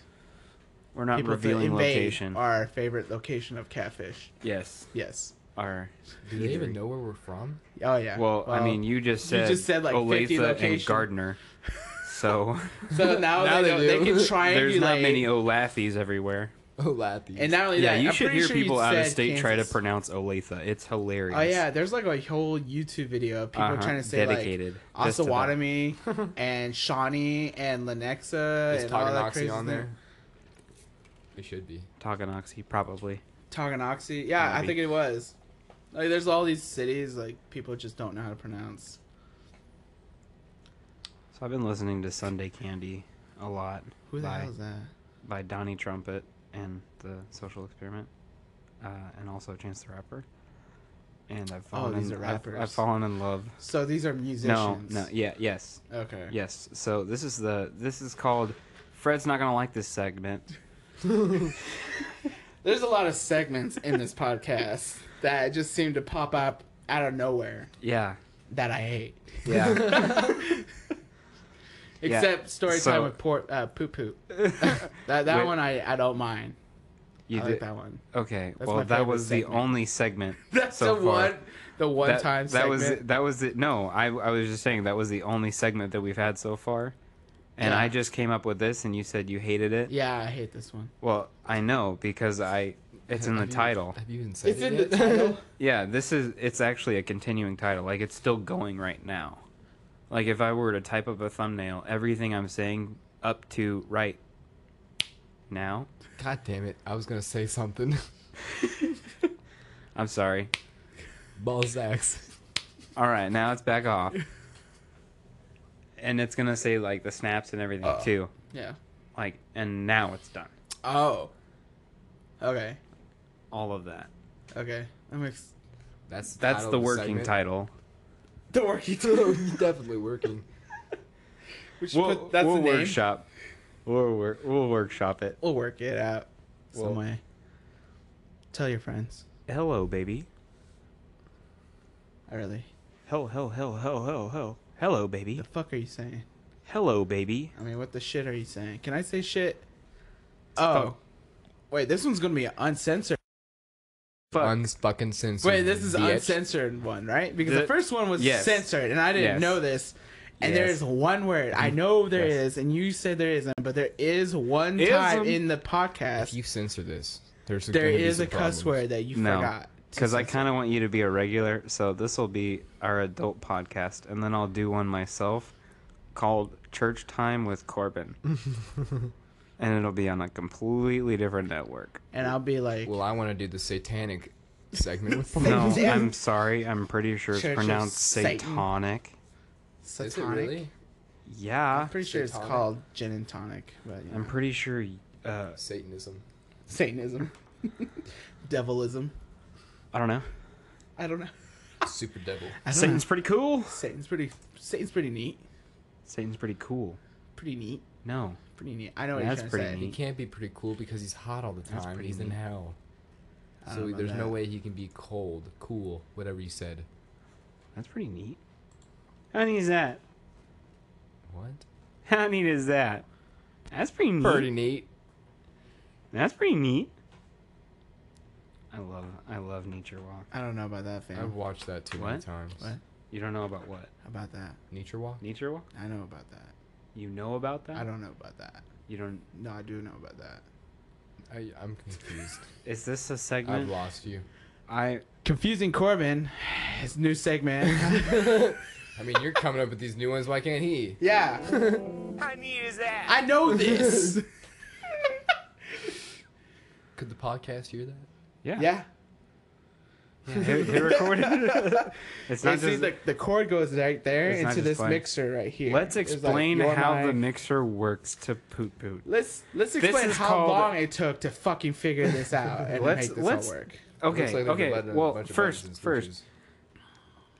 A: We're not
B: people to
A: revealing
B: invade
A: location.
B: our favorite location of catfish.
A: yes.
B: Yes.
A: Our.
C: Do they even
A: eatery.
C: know where we're from?
B: Oh yeah.
A: Well, I mean, you just
B: you
A: said,
B: just said, like, 50
A: Olathe and
B: locations.
A: Gardner. So
B: so now,
C: Now
B: they,
C: they
B: know- they
C: do.
B: can
C: There's
B: triangulate.
A: there's not many Olathes everywhere.
C: Oh, Lappy.
B: And not only
A: Yeah,
B: that,
A: you
B: I'm
A: should
B: pretty
A: hear
B: sure you
A: people out of
B: said
A: state try to
B: Kansas.
A: pronounce Olathe. It's hilarious.
B: Oh yeah, there's like a whole YouTube video of people
A: Uh-huh,
B: trying to say
A: dedicated
B: like
A: just to that.
B: Osawatomie and Shawnee and Lenexa
C: is
B: and all that
C: Toganoxie
B: crazy
C: on there? It should be.
A: Toganoxie, probably.
B: Toganoxie. Yeah, I
A: Maybe.
B: think it was. Like, there's all these cities like people just don't know how to pronounce.
A: So I've been listening to Sunday Candy a lot.
B: Who the
A: by,
B: hell is that?
A: by Donnie Trumpet and the Social Experiment, uh, and also Chance the Rapper. And I've fallen.
B: Oh, these
A: in,
B: are
A: I've- I've,
B: rappers.
A: fallen in love.
B: So these are musicians.
A: No, no, yeah, yes,
B: Okay.
A: yes. So this is the this is called. Fred's not gonna like this segment.
B: There's a lot of segments in this podcast that just seem to pop up out of nowhere
A: Yeah,
B: that I hate.
A: yeah.
B: Except story
A: so-
B: time with Port uh, Poop Poop. That that
A: Wait.
B: one I, I don't mind.
A: You
B: I
A: did
B: like that one.
A: okay.
B: That's my
A: well, that
B: favorite
A: was the
B: segment.
A: only segment.
B: That's
A: so
B: the
A: far.
B: one the one
A: that,
B: time
A: that
B: segment.
A: was it- that was it. No, I I was just saying that was the only segment that we've had so far, and
B: Yeah.
A: I just came up with this, and you said you hated it.
B: Yeah, I hate this one.
A: Well, I know because I it's in the
C: Have you-
A: title.
C: Have you even said
B: It's
C: it
B: in the
C: yet?
B: title.
A: Yeah, this is it's actually a continuing title. Like it's still going right now. Like if I were to type up a thumbnail, everything I'm saying up to right now.
C: God damn it! I was gonna say something.
A: I'm sorry.
C: Balzacs.
A: All right, now it's back off. And it's going to say like the snaps and everything
B: Oh.
A: too.
B: yeah.
A: Like and now it's done.
B: Oh. Okay.
A: All of that.
B: Okay. I'm ex-
C: That's the
A: That's
C: title
A: the
C: of
A: working
C: segment.
A: title.
B: the work you
C: You're definitely working.
B: We should
A: We'll,
B: put, that's
A: we'll
B: the name.
A: workshop. We'll, work, we'll workshop it.
B: We'll work it out some
A: Well-
B: way. Tell your friends.
A: Hello, baby.
B: I really.
A: Hell, hell, hell, hell, hell, hell. Hello, baby.
B: The fuck are you saying?
A: Hello, baby.
B: I mean, what the shit are you saying? Can I say shit? Oh. Wait, this one's gonna be uncensored.
A: Fuck.
C: Unfucking censored.
B: Wait, this is
C: bitch.
B: uncensored one, right? Because the,
A: The-
B: first one was
A: yes.
B: censored, and I didn't
A: Yes.
B: know this. And
A: Yes.
B: there's one word
C: Mm.
B: I know there
A: Yes.
B: is, and you said there isn't, but there is one time
A: Ism.
B: in the
C: um, If
B: podcast
C: you censor this, there's
B: there
C: gonna be
B: is
C: some
B: a cuss
C: problems.
B: word that you
A: No.
B: forgot.
A: Because I kind of want you to be a regular, so this will be our adult podcast, and then I'll do one myself called Church Time with Corbin. and it'll be on a completely different network.
B: and I'll be like,
C: Well, I want to do the satanic segment with Paul.
A: No,
B: Satan.
A: I'm sorry. I'm pretty sure it's
B: Church of
A: pronounced
B: Satan.
A: satanic.
C: Is
B: satanic.
C: it really?
A: Yeah.
B: I'm pretty sure it's
C: Satanic.
B: called gin and tonic, but you
A: I'm
B: know.
A: pretty sure. Uh,
C: Satanism.
B: Satanism, devilism.
A: I don't know.
B: I don't know.
C: Super devil.
B: I don't
A: Satan's pretty cool.
B: know. Satan's pretty. Satan's pretty neat.
A: Satan's pretty cool.
B: Pretty neat.
A: No.
B: Pretty neat. I know what
A: That's
B: you're trying
A: pretty
B: to say.
C: He
A: neat.
C: can't be pretty cool because he's hot all the
A: That's
C: time.
A: pretty
C: He's in
A: neat.
C: hell.
B: I don't
C: So
B: know
C: there's
B: about
C: no
B: that.
C: way he can be cold, cool, whatever you said.
A: That's pretty neat. How neat is that?
C: What?
A: How neat is that? That's pretty neat.
C: Pretty neat.
A: That's pretty neat. I love I love Nature Walk.
B: I don't know about that, fam.
C: I've watched that too many
A: What?
C: times.
B: What?
A: You don't know about what?
B: How about that?
C: Nature walk.
A: Nature Walk?
B: I know about that.
A: You know about that?
B: I don't know about that.
A: You don't.
B: No, I do know about that.
C: I, I'm confused.
A: Is this a
C: I've
A: segment?
C: lost you.
A: I
B: Confusing Corbin, his new segment.
C: I mean, you're coming up with these new ones. Why can't he?
B: yeah,
A: How neat is that?
B: I know this.
C: Could the podcast hear that?
A: Yeah.
B: yeah,
A: Who, who recorded it? It's not
B: and see
A: just.
B: the, the cord goes right there
A: It's not
B: into
A: just
B: this
A: fun.
B: mixer right here.
A: Let's
B: It's like
A: explain
B: your
A: how the
B: mic.
A: mixer works to poot poot.
B: Let's let's explain
A: is
B: how
A: called-
B: long it took to fucking figure this out and
A: Let's-
B: make this
A: let's-
B: all work.
A: Okay.
C: Looks like there's a
A: okay.
C: button- a
A: Well,
C: bunch of
A: first,
C: buttons and
A: first,
C: switches.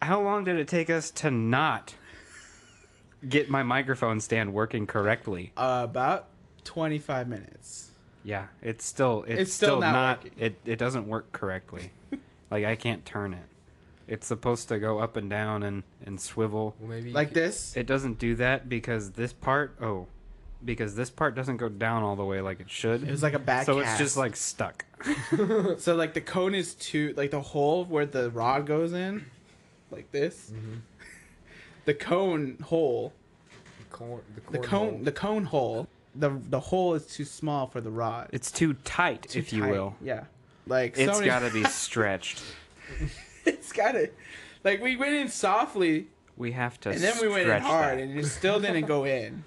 A: how long did it take us to not get my microphone stand working correctly?
B: about twenty five minutes.
A: Yeah, it's still it's,
B: It's
A: still,
B: still not
A: not,
B: working.
A: it it doesn't work correctly. like I can't turn it. It's supposed to go up and down and and swivel.
C: Well, maybe you
B: Like
C: could-
B: this?
A: It doesn't do that because this part oh, because this part doesn't go down all the way like it should.
B: It was like a back.
A: so it's just
B: cast.
A: like stuck.
B: So like the cone is two, like the hole where the rod goes in, like this. The cone hole,
C: The corn. The,
B: the
C: corn
B: cone,
C: hole.
B: the cone hole. The the hole is too small for the rod.
A: It's too tight,
B: Too
A: if you
B: tight.
A: will.
B: Yeah. Like
A: It's
B: Sony-
A: got to be stretched.
B: it's gotta. Like we went in softly,
A: We have to.
B: and then we went in
A: stretch
B: hard,
A: that.
B: and it still didn't go in.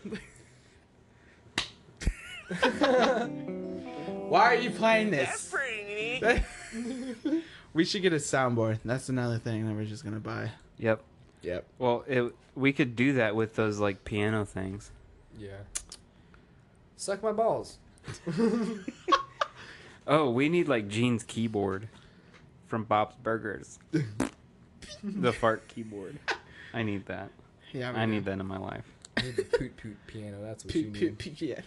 B: Why are you playing this? we should get a soundboard. That's another thing that we're just gonna buy.
A: Yep.
B: Yep.
A: Well, it, we could do that with those like piano things.
C: Yeah. Suck my balls.
A: Oh, we need like Gene's keyboard from Bob's Burgers. the fart keyboard. I need that.
B: Oh, Yeah.
A: I need that in my life.
C: You need the poot poot piano. That's what you
B: P-
C: need.
B: p- p- yeah.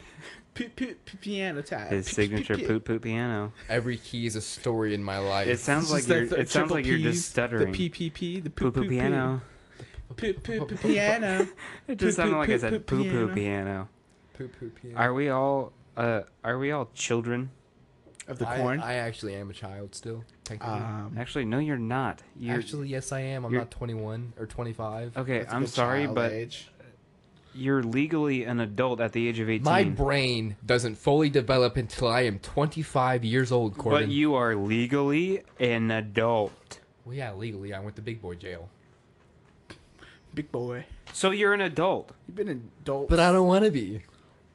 B: P- p- p- piano time.
A: His
B: P-
A: signature
B: p- p-
A: poot poot piano.
C: Every key is a story in my life.
A: It sounds
B: It's
A: like
B: just
A: you're.
B: the
A: It sounds
B: triple
A: like you're
B: Ps,
A: just stuttering.
B: The PPP, the
A: Poot
B: poop
A: poot piano.
B: Poop poop piano.
A: It just
B: Poot,
A: sounded
B: poot,
A: like I
B: poot,
A: said
B: poot,
A: poo poo
B: piano.
A: piano.
C: poot poot piano.
A: Are we all? Uh, are we all children?
B: Of the
C: I-
B: corn.
C: I, actually am a child still. Technically.
B: Um,
A: Actually, no, you're not. You're,
C: actually, yes, I am. I'm
A: you're-
C: not 21 or 25.
A: okay.
B: that's a
A: I'm
B: good
A: sorry,
B: child
A: but
B: age.
A: you're legally an adult at the age of 18.
C: My brain doesn't fully develop until I am 25 years old, Corbin.
A: but you are legally an adult.
C: Well, yeah, legally, I went to big boy jail.
B: big boy,
A: So you're an adult.
B: you've been an adult.
C: But I don't want to be.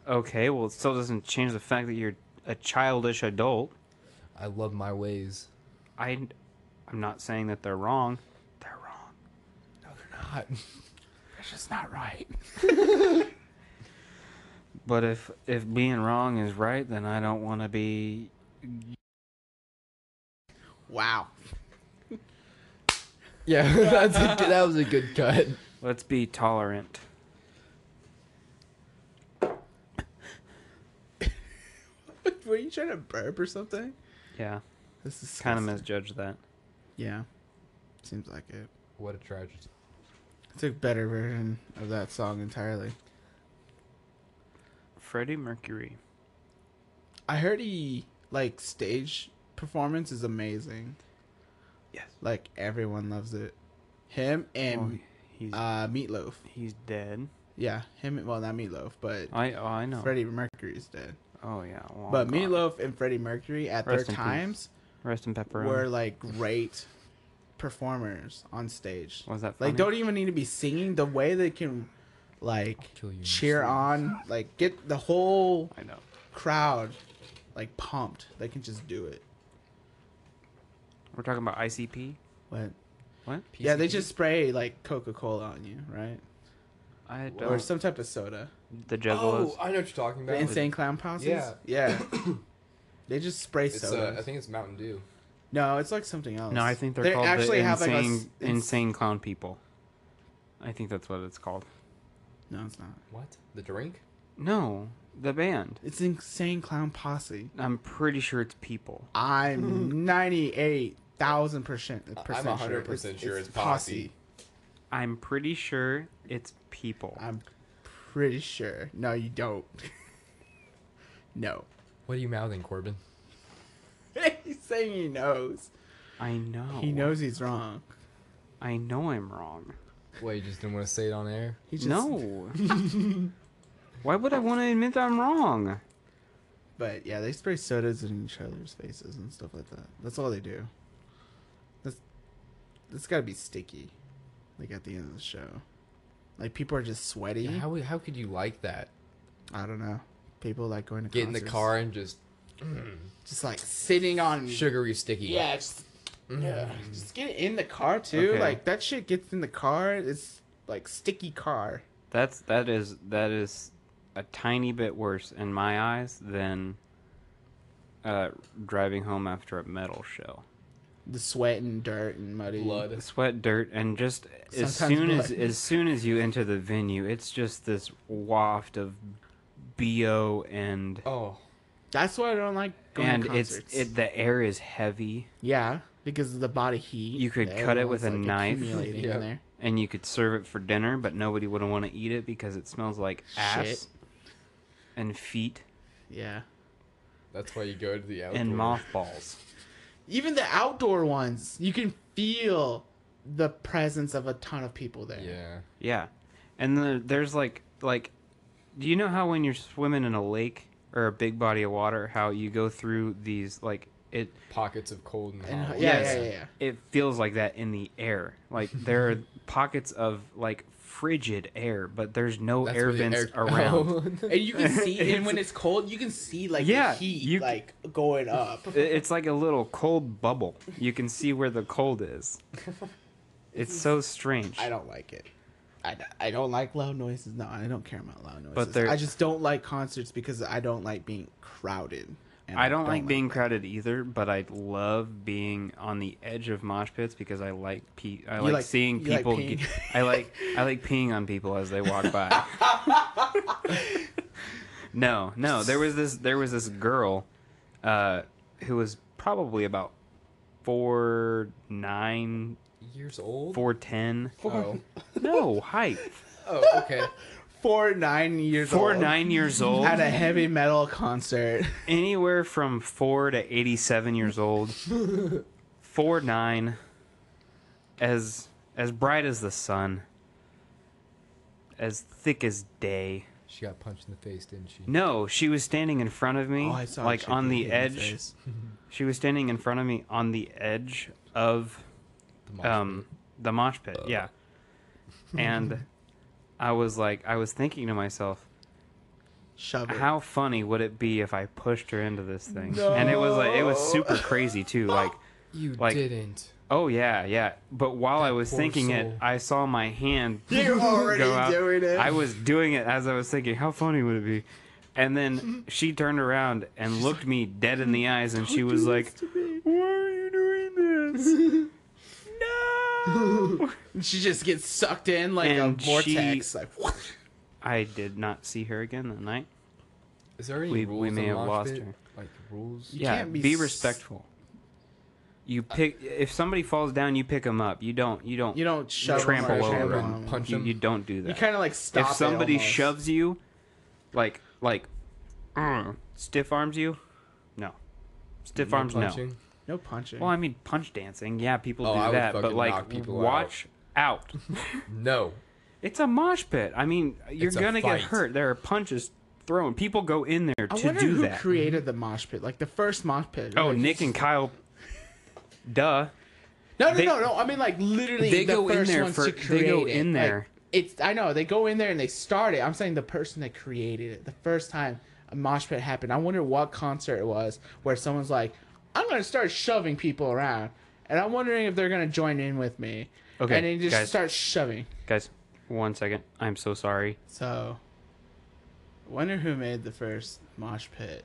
A: Okay, well, it still doesn't change the fact that you're a childish adult.
C: I love my ways.
A: I, I'm not saying that they're wrong. They're wrong.
C: No, they're not.
B: That's just not right.
A: But if if being wrong is right, then I don't want to be.
B: Wow.
C: yeah, that's a good- that was a good cut.
A: Let's be tolerant.
B: Were you trying to burp or something?
A: Yeah,
B: This is
A: kind of
B: disgusting.
A: misjudged that.
B: Yeah. Seems like it.
C: What a tragedy.
B: It's a better version of that song entirely.
A: Freddie Mercury.
B: I heard he like stage performance is amazing.
A: Yes.
B: Like everyone loves it. Him
A: Oh,
B: and
A: he's
B: uh, Meatloaf.
A: he's dead.
B: Yeah, him. Well, not Meatloaf, but
A: I oh, I know.
B: Freddie Mercury's dead.
A: Oh yeah. well,
B: but
A: God.
B: Meatloaf and Freddie Mercury at
A: Rest in
B: their
A: peace.
B: times
A: Rest in pepperoni.
B: were like great performers on stage.
A: Was that funny?
B: Like don't e even need to be singing. The way they can like
C: kill you in
B: cheer
C: your sleep.
B: on, like get the whole
A: I know.
B: crowd like pumped. They can just do it.
A: We're talking about ICP.
B: What?
A: What?
B: Yeah, they
C: PCP?
B: just spray like Coca Cola on you, right?
A: I
B: Or
A: don't.
B: some type of soda.
A: the
C: Oh,
A: Juggalos.
C: I know what you're talking
B: The
C: about.
B: insane clown posse.
C: Yeah.
B: Yeah. they just spray
C: It's uh,
B: soda.
C: I think it's Mountain Dew.
B: no, it's like something else.
A: no, I think they're
B: They
A: called the
B: have,
A: insane,
B: like, a s- ins-
A: insane clown people. I think that's what it's called.
B: No, it's not.
C: What? The drink?
A: No, the band.
B: It's insane clown posse.
A: I'm pretty sure it's people.
B: I'm ninety eight thousand percent
C: I'm 100% sure it's posse.
A: I'm pretty sure it's people.
B: I'm pretty sure. No, you don't. no.
C: What are you mouthing, Corbin?
B: he's saying he knows.
A: I know.
C: Oh.
B: He knows he's wrong.
A: I know I'm wrong.
C: Well, you just didn't want to say it on air.
B: He just,
A: No. Why would I want to admit I'm wrong?
B: But yeah, they spray sodas in each other's faces and stuff like that. That's all they do. That's that's got to be sticky. Like at the end of the show, like people are just sweaty.
C: Yeah, How how could you like that?
B: I don't know. People like going to
C: Get in the
B: concerts.
C: car and just
B: just like sitting on
C: sugary sticky.
B: Yeah, just, yeah, just get it in the car too.
A: Okay.
B: Like that shit gets in the car. It's like sticky car.
A: That's that is that is a tiny bit worse in my eyes than uh, driving home after a metal show.
B: The sweat and dirt and muddy
C: Blood.
A: Sweat, dirt, and just as
B: Sometimes
A: soon as
B: blood.
A: as soon as you enter the venue, it's just this waft of bo and
C: Oh,
B: That's why I don't like going
A: and
B: to
A: it's
B: concerts.
A: it the air is heavy
B: yeah, because of the body heat.
A: You could
B: that
A: cut it with
B: everyone's,
A: a
B: like,
A: knife.
B: accumulating
C: Yeah.
B: in there.
A: and you could serve it for dinner, but nobody would want to eat it because it smells like ass
B: Shit.
A: and feet
B: Yeah.
C: that's why you go to
B: Oh,
C: the outdoor.
A: and mothballs.
B: Even the outdoor ones, you can feel the presence of a ton of people there.
C: Yeah.
A: Yeah, and the, there's like like, do you know how when you're swimming in a lake or a big body of water, how you go through these like it
C: Pockets of cold and,
B: And,
C: hot.
B: yeah,
A: Oh, Yes.
B: yeah, yeah, yeah.
A: it feels like that in the air. Like there are pockets of like frigid air, but there's no
C: That's
A: air
C: where the
A: vents
C: air-
A: around.
C: Oh.
B: And you can see, and when it's cold, you can see like
A: Yeah,
B: the heat
A: you c-
B: like going up.
A: It- It's like a little cold bubble. You can see where the cold is. It's so strange.
B: I don't like it. I, I don't like loud noises. No, I don't care about loud noises.
A: they're-
B: I just don't like concerts because I don't like being crowded. And
A: I don't like being crowded either, but I love being on the edge of mosh pits because I like pe- I like,
B: like-
A: seeing
B: you like
A: people.
B: peeing.
A: get, I like I like peeing on people as they walk by. no, no, there was this there was this girl uh, who was probably about four nine,
C: Years old.
A: four ten.
C: Oh.
A: No, height.
C: oh, okay.
B: four nine years
A: Four
B: old
A: nine years old.
B: at a heavy metal concert.
A: anywhere from four to eighty-seven years old, four nine, as as bright as the sun, as thick as day.
C: She got punched in the face, didn't she?
A: No, she was standing in front of
B: Oh,
A: me, like on the edge. She was standing in front of me on the edge of
C: The mosh
A: um the mosh pit. Yeah, and I was like, I was thinking to myself,
B: Shove it.
A: how funny would it be if I pushed her into this thing? And it was like it was
B: No.
A: super crazy too. Like,
C: pit. You
A: like-
C: didn't.
A: oh yeah, yeah. But while I was
C: poor
A: thinking it,
C: soul.
A: I saw my hand
B: You're already
A: go out.
B: doing it.
A: I was doing it as I was thinking, how funny would it be? And then she turned around and looked me dead in the eyes, and she was like, "Why are you doing this?" no.
B: she just gets sucked in like a
A: And she-
B: vortex. Like what?
A: I did not see her again that night.
C: Is there any
A: We-
C: rules
A: we may
C: in
A: have
C: mosh
A: lost
C: pit?
A: her.
C: Like rules?
B: You
A: yeah,
B: can't be
A: be
B: s-
A: respectful. You pick if somebody falls down, you pick them up. You don't. You don't.
B: You don't shove 'em
A: trample
B: or
A: over
B: trample
A: and
B: on 'em.
C: punch
A: you,
C: 'em.
A: you don't do that.
B: You kind of like stop.
A: if somebody
B: it almost.
A: shoves you, like like mm, stiff arms you, no, stiff arms no.
C: punching?
B: no punching.
A: Well, I mean punch dancing, yeah, people
C: Oh,
A: do
C: I would
A: that, but
C: fucking knock
A: like
C: people
A: watch out.
C: No.
A: it's a mosh pit. I mean, you're
C: It's a
A: gonna get
C: fight.
A: hurt. There are punches thrown. People go in there
B: I
A: to
B: wonder
A: do
B: who
A: that.
B: created the mosh pit, like the first mosh pit.
A: oh,
B: Like,
A: Nick and Kyle Duh.
B: No, no,
A: They-
B: no, no. I mean, like literally,
A: They
B: the
A: go in
B: first
A: there
B: ones
A: for-
B: to
A: they
B: create
A: go
B: it.
A: in
B: Like,
A: there.
B: it's I know they go in there and they start it. I'm saying the person that created it the first time a mosh pit happened. I wonder what concert it was where someone's like, "I'm gonna start shoving people around," and I'm wondering if they're gonna join in with me.
A: Okay,
B: and they just
A: guys.
B: start shoving.
A: Guys, one second. I'm so sorry.
B: So, wonder who made the first mosh pit,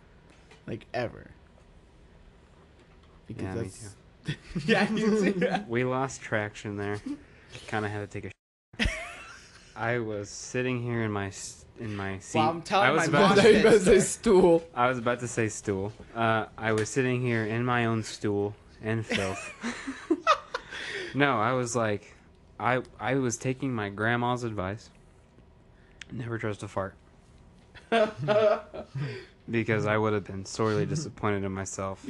B: like ever. Because
A: Yeah, me
B: that's yeah, you too.
A: We lost traction there. kind of had to take a. I was sitting here in my s- in my seat.
B: I'm telling
A: I was
B: my
A: about
B: boss-
A: to,
C: They must say stool.
A: I was about to say stool. Uh, I was sitting here in my own stool and filth. no, I was like, I I was taking my grandma's advice. Never trust a fart. because I would have been sorely disappointed in myself.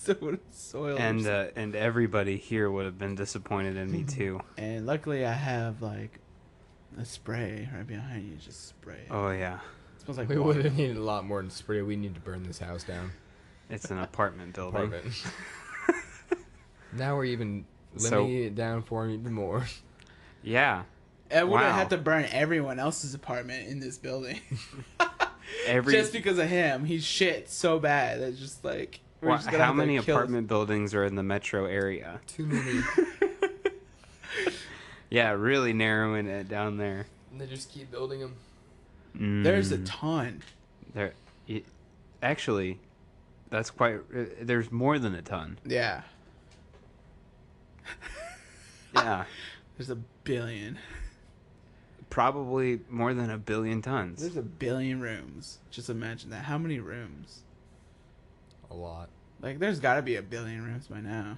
B: so soil
A: and uh, and everybody here would have been disappointed in me too.
B: And luckily, I have like a spray right behind you. Just spray. It,
A: Oh yeah,
B: It smells like
C: We
B: water.
C: would have needed a lot more than spray. We need to burn this house down.
A: it's an apartment building.
C: Apartment. now we're even
A: So-
C: limiting it down for him even more.
A: Yeah,
B: And we're gonna
A: Wow.
B: have to burn everyone else's apartment in this building
A: every
B: just because of him. He's shit so bad that it's just like we're
A: Wha-
B: just gonna
A: how
B: have to
A: many
B: kill his-
A: apartment buildings are in the metro area?
C: Too many.
A: Yeah, really narrowing it down there.
C: they just keep building them.
B: There's a
A: Mm,
B: ton.
A: there. y actually, that's quite. uh, There's more than a ton.
B: Yeah,
A: Yeah,
B: there's a billion.
A: probably more than a billion tons.
B: There's a billion rooms. Just imagine that. How many rooms?
C: A lot.
B: Like, there's got to be a billion rooms by now.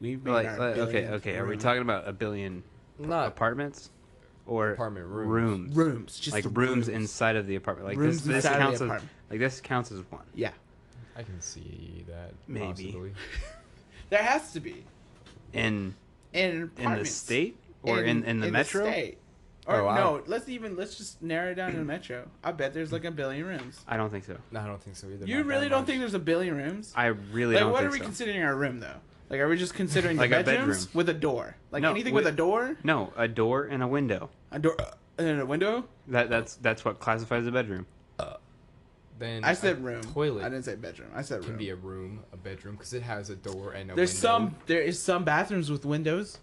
B: We've made
A: Like,
B: our
A: like, okay,
B: billionth
A: okay. Are we
B: room.
A: talking about a billion
C: Not
A: apartments or
C: apartment rooms.
A: rooms?
B: rooms? Just
A: like
B: the
A: rooms, inside of the apartment. Like
B: Rooms
A: this, this
B: inside of the
A: counts as
B: apartment.
A: like this counts as one.
B: Yeah,
C: I can see that.
A: Maybe.
C: Possibly.
B: there has to be.
A: In
B: in
A: in the
B: apartments.
A: state or in, in, the metro?
B: state. Or
C: Oh, wow.
B: no, let's even let's just narrow it down to the metro. I bet there's like a billion rooms.
A: I don't think so.
C: No, I don't think so either.
B: you
C: Not that
B: really don't
C: much.
B: think there's a billion rooms?
A: I really
B: like
A: don't
B: what are
A: think
B: we
A: so.
B: considering our room though? Like are we just considering
A: Like
B: the
A: a
B: bedrooms
A: bedroom.
B: with a door? Like
A: No,
B: anything with,
A: with-
B: a door?
A: no, a door and a window.
B: A door uh, and then a window?
A: That that's that's what classifies a bedroom.
C: Then
B: I said
C: a
B: room.
C: Toilet
B: I didn't say bedroom. I said
C: can
B: room.
C: be a room, a bedroom, because it has a door and a.
B: there's
C: window.
B: some there is some bathrooms with windows.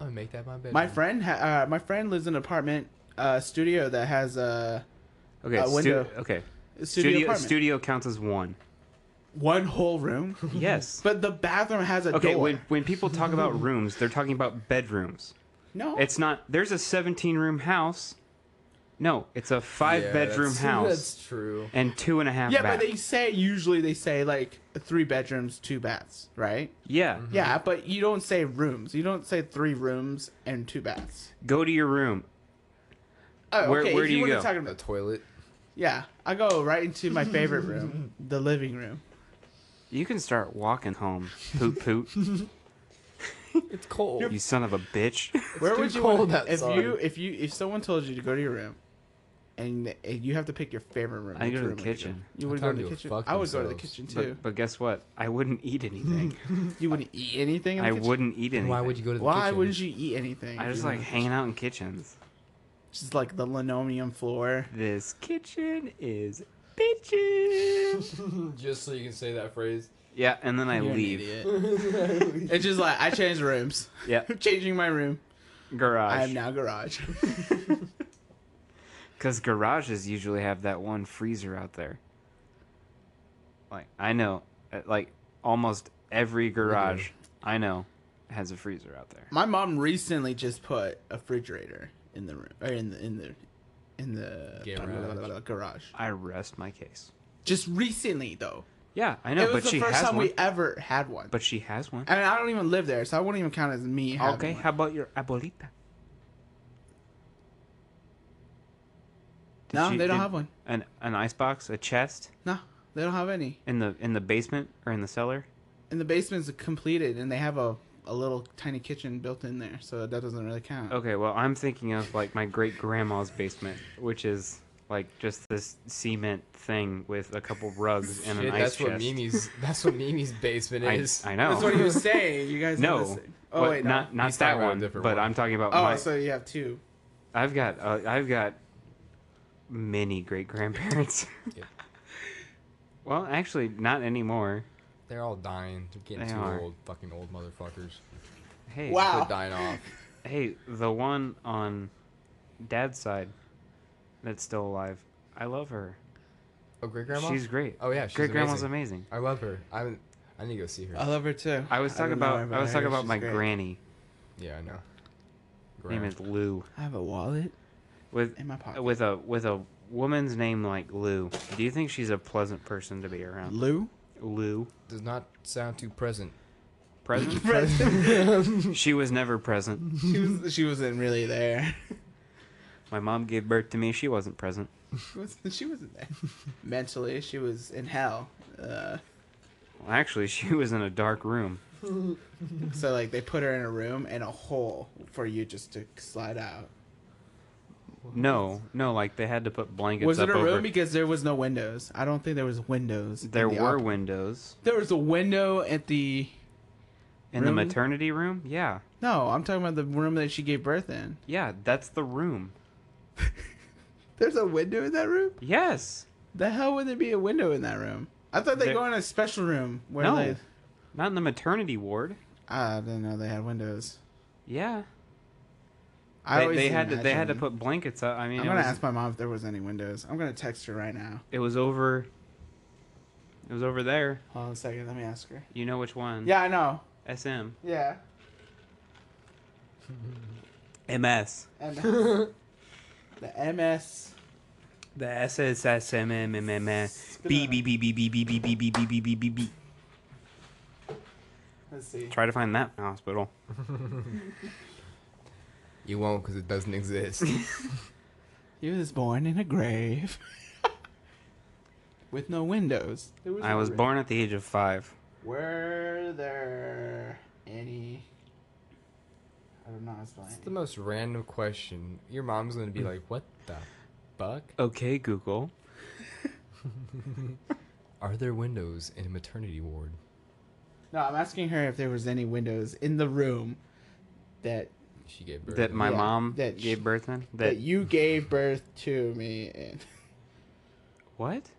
C: I'm gonna make that my bedroom.
B: My friend ha- uh, my friend lives in an apartment uh, studio that has a
A: Okay,
B: A
A: stu-
B: window.
A: okay.
B: a studio,
A: Studio
B: apartment.
A: studio counts as one.
B: One whole room.
A: Yes.
B: But the bathroom has a
A: okay,
B: Mm-hmm. door.
A: when when people talk about rooms, they're talking about bedrooms.
B: no,
A: It's not there's a 17 room house. No, it's a five
C: Yeah,
A: bedroom
C: that's-
A: house
C: That's true.
A: and two and a half
B: Yeah,
A: baths.
B: but they say usually they say like three bedrooms, two baths, right?
A: yeah.
B: Yeah, but you don't say rooms. You don't say three rooms and two baths.
A: Go to your room.
B: Oh,
A: Where-
B: okay.
A: where
B: if
A: do you
B: wanna
A: go?
B: talk
C: A
B: about-
C: toilet.
B: yeah, I go right into my favorite room, the living room.
A: You can start walking home, poot poot.
C: It's cold.
A: you son of a bitch.
B: Where
C: too
B: would you
C: cold
B: want if
C: outside.
B: you if you if someone told you to go to your room, and, and you have to pick your favorite room?
A: I
B: which
A: go to the
B: room would you
A: kitchen.
B: You would
C: I'd
B: go
C: tell
B: to the
C: them to
B: kitchen.
C: fuck
B: I would go to the
C: themselves.
B: kitchen too.
A: But, but guess what? I wouldn't eat anything.
B: you wouldn't eat anything. In the
A: I
B: kitchen?
A: wouldn't eat anything.
C: Why would you go to the
B: Why
C: kitchen?
B: wouldn't you eat anything?
A: I
B: if
A: just
B: you
A: like
B: were-
A: hanging out in kitchens.
B: just like the linoleum floor.
A: This kitchen is bitches.
C: Just so you can say that phrase.
A: yeah, and then I
B: You're an
A: leave.
B: idiot. It's just like I changed rooms.
A: Yeah,
B: I'm changing my room. I am
A: garage.
B: now garage.
A: Because garages usually have that one freezer out there. Like I know, uh, like almost every garage I know has a freezer out there.
B: my mom recently just put a refrigerator in the room or in the in the in the
C: Garage.
B: garage.
A: I rest my case.
B: Just recently though.
A: Yeah, I know,
B: it
A: but
B: was the
A: she
B: first
A: has
B: time
A: one.
B: we ever had one.
A: But she has one.
B: I mean, I don't even live there, so I wouldn't even count as me. Having
A: Okay,
B: one.
A: how about your abuelita? Did
B: No,
A: she-
B: they don't
A: did-
B: have one.
A: An an icebox, a chest
B: No, they don't have any.
A: in the in the basement or in the cellar.
B: And the basement's completed, and they have a a little tiny kitchen built in there, so that doesn't really count.
A: Okay, well I'm thinking of like my great grandma's basement, which is like just this cement thing with a couple rugs and an
C: Shit,
A: ice
C: that's
A: chest.
C: what Mimi's. That's what Mimi's basement
A: I,
C: is.
A: I know.
B: That's what he was saying. You guys
A: No.
B: noticed it. Oh
A: But
B: wait, no.
A: not not
C: He's talking
A: that
C: about a
A: one. But
C: different one.
A: I'm talking about.
B: Oh,
A: my,
B: so you have two.
A: I've got uh, I've got many great grandparents.
C: Yeah.
A: well, actually, not anymore.
C: They're all dying. They're getting
A: They
C: too
A: are.
C: old. Fucking old motherfuckers.
A: Hey,
B: Wow.
C: They're dying off.
A: hey, the one on dad's side that's still alive. I love her.
C: Oh, great grandma.
A: She's great.
C: Oh yeah, she's
A: great grandma's
C: amazing.
A: amazing.
C: I love her. I haven't. I need to go see her.
B: I love her too.
A: I was talking
B: don't know her,
A: about
B: but
A: I was
B: heard
A: talking about
B: she's
A: my
B: great.
A: granny.
C: yeah, I know.
A: Her Name
C: Gran-
A: is Lou.
B: I have a wallet
A: With
B: in my pocket.
A: with a with a woman's name like Lou. Do you think she's a pleasant person to be around?
B: Lou.
A: Lou.
C: Does not sound too present.
A: Present? she was never present.
B: she was she wasn't really there.
A: My mom gave birth to me. She wasn't present.
B: She wasn't, she wasn't there. Mentally, she was in hell. Uh,
A: Well, actually, she was in a dark room.
B: so like they put her in a room and a hole for you just to slide out.
A: No, no, like they had to put blankets
B: was
A: up
B: it a
A: over.
B: room because there was no windows? I don't think there was windows. in
A: there
B: the
A: were
B: op-
A: windows
B: there was a window at the.
A: in
B: Room?
A: the maternity room. Yeah,
B: No, I'm talking about the room that she gave birth in.
A: yeah, that's the room.
B: There's a window in that room.
A: Yes,
B: The hell would there be a window in that room? I thought they
A: There-
B: go in a special room where
A: No.
B: they.
A: not in the maternity ward.
B: I didn't know they had windows.
A: Yeah,
B: I
A: they,
B: always
A: they had to they had to
B: imagined-
A: put blankets up. I mean,
B: I'm
A: it
B: gonna
A: was,
B: ask my mom if there was any windows. I'm gonna text her right now.
A: it was over. It was over there.
B: Hold on a second. Let me ask her.
A: You know which one?
B: Yeah, I know.
A: SM.
B: Yeah.
A: MS.
B: And the MS.
A: The SSSMMMMS. B B B B B B B B B B B B B B.
B: Let's see.
A: Try to find that hospital.
C: You won't because it doesn't exist.
B: He was born in a grave with no windows. There
A: I
B: no
A: was
B: room.
A: born at the age of five.
B: Were there any? I don't know. It's
C: It's the most random question. Your mom's gonna
A: Hmm.
C: be like, "What the fuck?
A: Okay, Google.
C: Are there windows in a maternity ward?"
B: No, I'm asking her if there was any windows in the room that
C: She gave birth.
A: That
C: to-
A: my
B: Yeah,
A: mom
B: that sh-
A: gave birth in.
B: that,
A: That
B: you gave birth to me. And
A: what?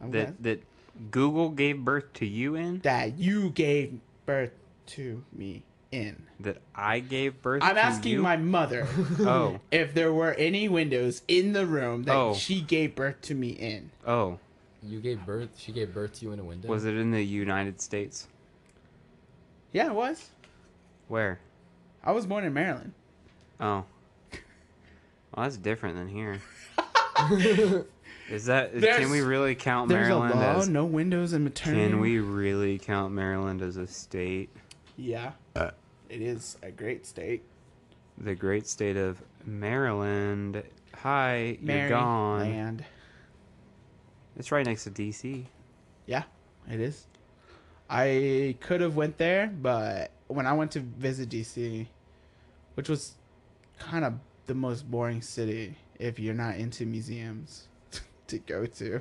B: I'm gonna-
A: That that Google gave birth to you in.
B: that you gave birth to me in.
A: That I gave birth.
B: I'm
A: to
B: asking
A: you?
B: my mother
A: Oh,
B: if there were any windows in the room that
A: Oh.
B: she gave birth to me in.
A: oh.
C: you gave birth. She gave birth to you in a window.
A: Was it in the United States?
B: Yeah, it was.
A: Where?
B: I was born in Maryland.
A: Oh. Well, that's different than here. Is that?
B: There's-
A: can we really count
B: There's
A: Maryland
B: a law,
A: as?
B: no windows in maternity.
A: Can we really count Maryland as a state?
B: Yeah.
A: Uh,
B: it is a great state.
A: The great state of Maryland. Hi, you're
B: Mary
A: gone.
B: Land.
A: It's right next to D.C.
B: Yeah, it is. I could have went there, but when I went to visit DC, which was kind of the most boring city if you're not into museums to go to,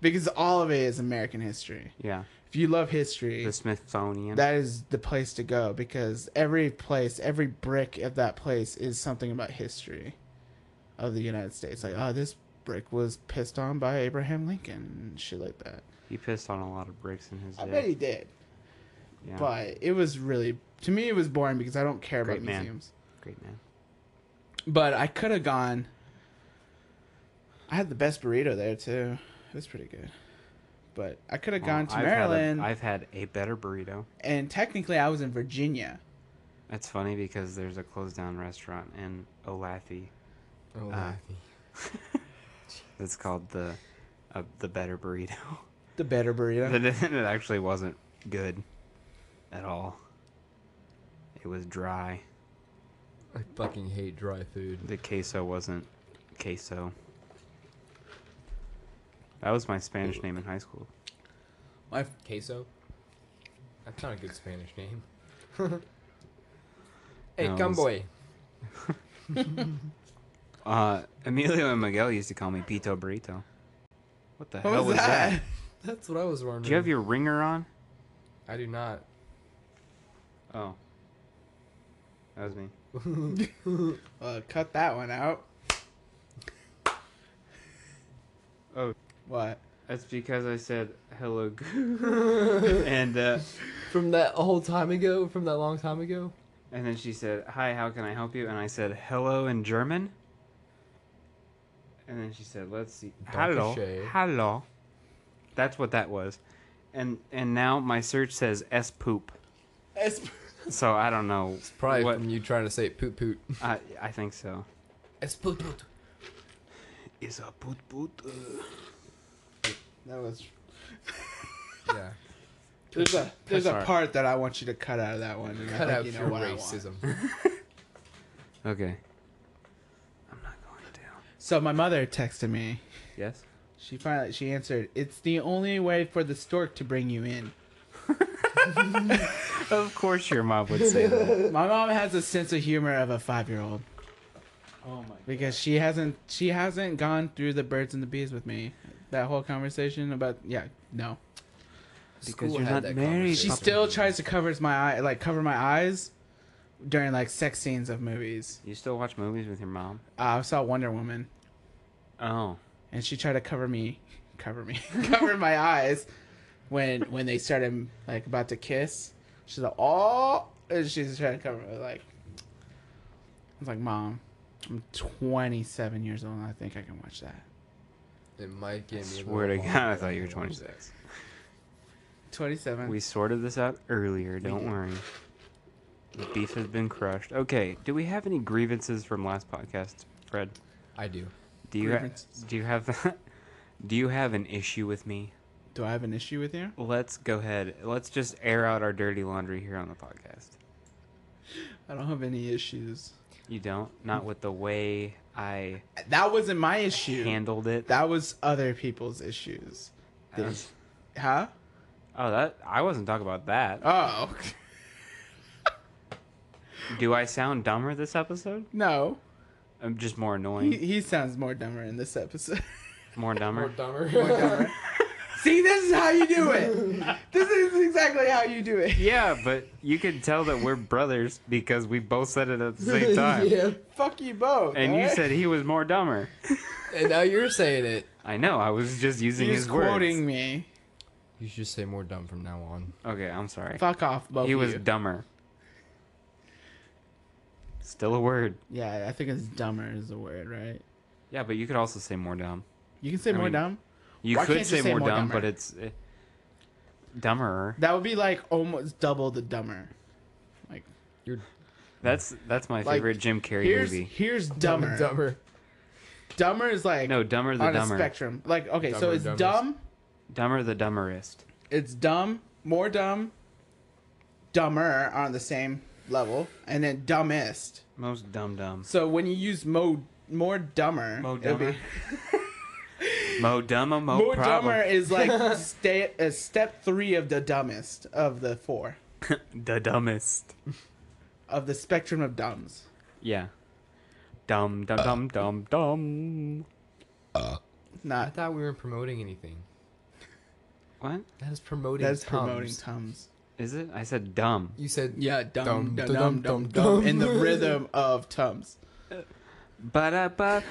B: because all of it is American history.
A: Yeah,
B: If you love history,
A: the Smithsonian.
B: that is the place to go because every place, every brick of that place is something about history of the United States. Like, oh, this brick was pissed on by Abraham Lincoln and shit like that.
A: He pissed on a lot of bricks in his
B: I
A: day.
B: bet he did.
A: yeah.
B: But it was really to me it was boring because I don't care
A: Great
B: about
A: man.
B: museums.
A: Great man.
B: But I could have gone. I had the best burrito there too. It was pretty good. But I could have gone to
A: Well, Oh, I've had a-
B: Maryland
A: I've had a better burrito.
B: and technically I was in Virginia.
A: That's funny because there's a closed down restaurant in Olathe
C: Oh,
A: Ah.
C: Laffy.
A: that's called the uh, the Better Burrito.
B: The better burrito.
A: That it it actually wasn't good at all. It was dry.
C: I fucking hate dry food.
A: The queso wasn't queso. That was my Spanish name in high school.
C: My queso. That's not a good Spanish name. hey,
A: No,
C: come
A: it's-
C: boy.
A: Uh, Emilio and Miguel used to call me Pito Burrito. What the
B: What
A: hell was
B: was,
A: that?
B: that?
C: That's what I was wondering.
A: Do you have your ringer on?
C: I do not.
A: Oh, that was me.
B: Uh, cut that one out.
A: Oh.
B: What?
A: That's because I said hello, and uh,
C: From that whole time ago, from that long time ago.
A: and then she said, "Hi, how can I help you?" And I said, "Hello" in German. And then she said, "Let's see,
C: Danke
A: hello,
C: schön.
A: hello." That's what that was, and and now my search says s poop.
B: It's-
A: So I don't know.
C: It's probably
A: what
C: from you trying to say poot poot.
A: I I think so.
C: It's poot poot.
A: Is a poot poot. uh,
B: That was.
C: Yeah.
B: There's a there's a
A: Sorry.
B: part that I want you to cut out of that one. And
C: Cut
B: I
C: out
B: think you know
C: your
B: what I want.
C: racism.
A: Okay. I'm not going to.
B: So my mother texted me.
A: Yes.
B: She finally she answered. It's the only way for the stork to bring you in.
A: Of course, your mom would say that.
B: My mom has a sense of humor of a five year old
A: Oh my.
B: because she hasn't she hasn't gone through the birds and the bees with me. That whole conversation about yeah no.
A: Because
C: School
A: you're
C: had
A: not
C: that
A: married.
B: She
A: She's
C: conversation.
B: still tries to covers my eye like cover my eyes during like sex scenes of movies.
A: You still watch movies with your mom?
B: Uh, I saw Wonder Woman
A: Oh.
B: and she tried to cover me, cover me, cover my eyes when when they started like about to kiss. She's like, oh, and she's trying to cover me, like. I was like, mom, I'm 27 years old. and I think I can watch that.
C: It might get me. a
A: Swear to
C: little
A: God, I thought you were 26.
B: 27.
A: We sorted this out earlier. Don't
B: did.
A: worry. The beef has been crushed. Okay. Do we have any grievances from last podcast, Fred?
C: I do.
A: Do you ha-
B: Grievances.
A: do you have do you have an issue with me?
B: Do I have an issue with you?
A: Let's go ahead. Let's just air out our dirty laundry here on the podcast.
B: I don't have any issues.
A: You don't? Not with the way I
B: That wasn't my issue.
A: handled it.
B: that was other people's issues.
A: Uh,
B: Huh?
A: oh, that I wasn't talking about that.
B: Oh.
A: Do I sound dumber this episode?
B: No.
A: I'm just more
B: He,
A: annoying,
B: he sounds more dumber in this episode.
A: more
C: More
A: dumber.
C: dumber.
B: See, this is how you do it. This is exactly how you do it.
A: Yeah, but you can tell that we're brothers because we both said it at the same time.
C: yeah.
B: Fuck you both.
A: And you
B: alright?
A: said he was more dumber.
C: And now you're saying it.
A: I know. I was just using
B: He's
A: his
B: quoting
A: words.
B: me.
C: You should say more dumb from now on.
A: Okay, I'm sorry.
B: Fuck off, both
A: He
B: of
A: was
B: you.
A: dumber. Still a word.
B: yeah, I think it's dumber is the word, right?
A: Yeah, but you could also say more dumb.
B: You can say
A: I
B: more
A: mean-
B: dumb.
A: You
B: Why
A: could
B: can't you
A: say,
B: say
A: more,
B: more
A: dumb,
B: dumber?
A: but it's uh, dumber.
B: That would be like almost double the dumber. Like
C: You're
A: That's that's my
B: Like,
A: favorite Jim Carrey
B: here's
A: movie.
B: here's dumber. Dumber,
C: Dumber.
B: is like
A: No, dumber the
B: on
A: dumber.
B: a spectrum. Like okay, so
C: Dumber,
B: it's
C: dumbers.
B: dumb,
A: Dumber the dumberest.
B: it's dumb, more dumb, dumber are on the same level, and then dumbest.
A: Most dumb dumb.
B: So when you use mo more dumber,
A: Mo
B: it'll be-
A: dumber. Mo dumber. Mo,
B: Mo
A: problem.
B: dumber is like stay, uh, step three of the dumbest of the four
A: The dumbest.
B: of the spectrum of dumbs.
A: Yeah. Dumb dumb dumb dumb dumb.
C: I
B: Not
C: thought we weren't promoting anything.
A: What
C: That is promoting.
B: that's
C: Tums.
B: promoting tums.
A: is it? I said dumb.
C: You said
B: Yeah, dumb,
C: Dum,
B: dumb,
C: dum,
B: dumb,
C: dum,
B: dumb, dumb,
C: dum.
B: in the rhythm of tums.
A: Ba ba.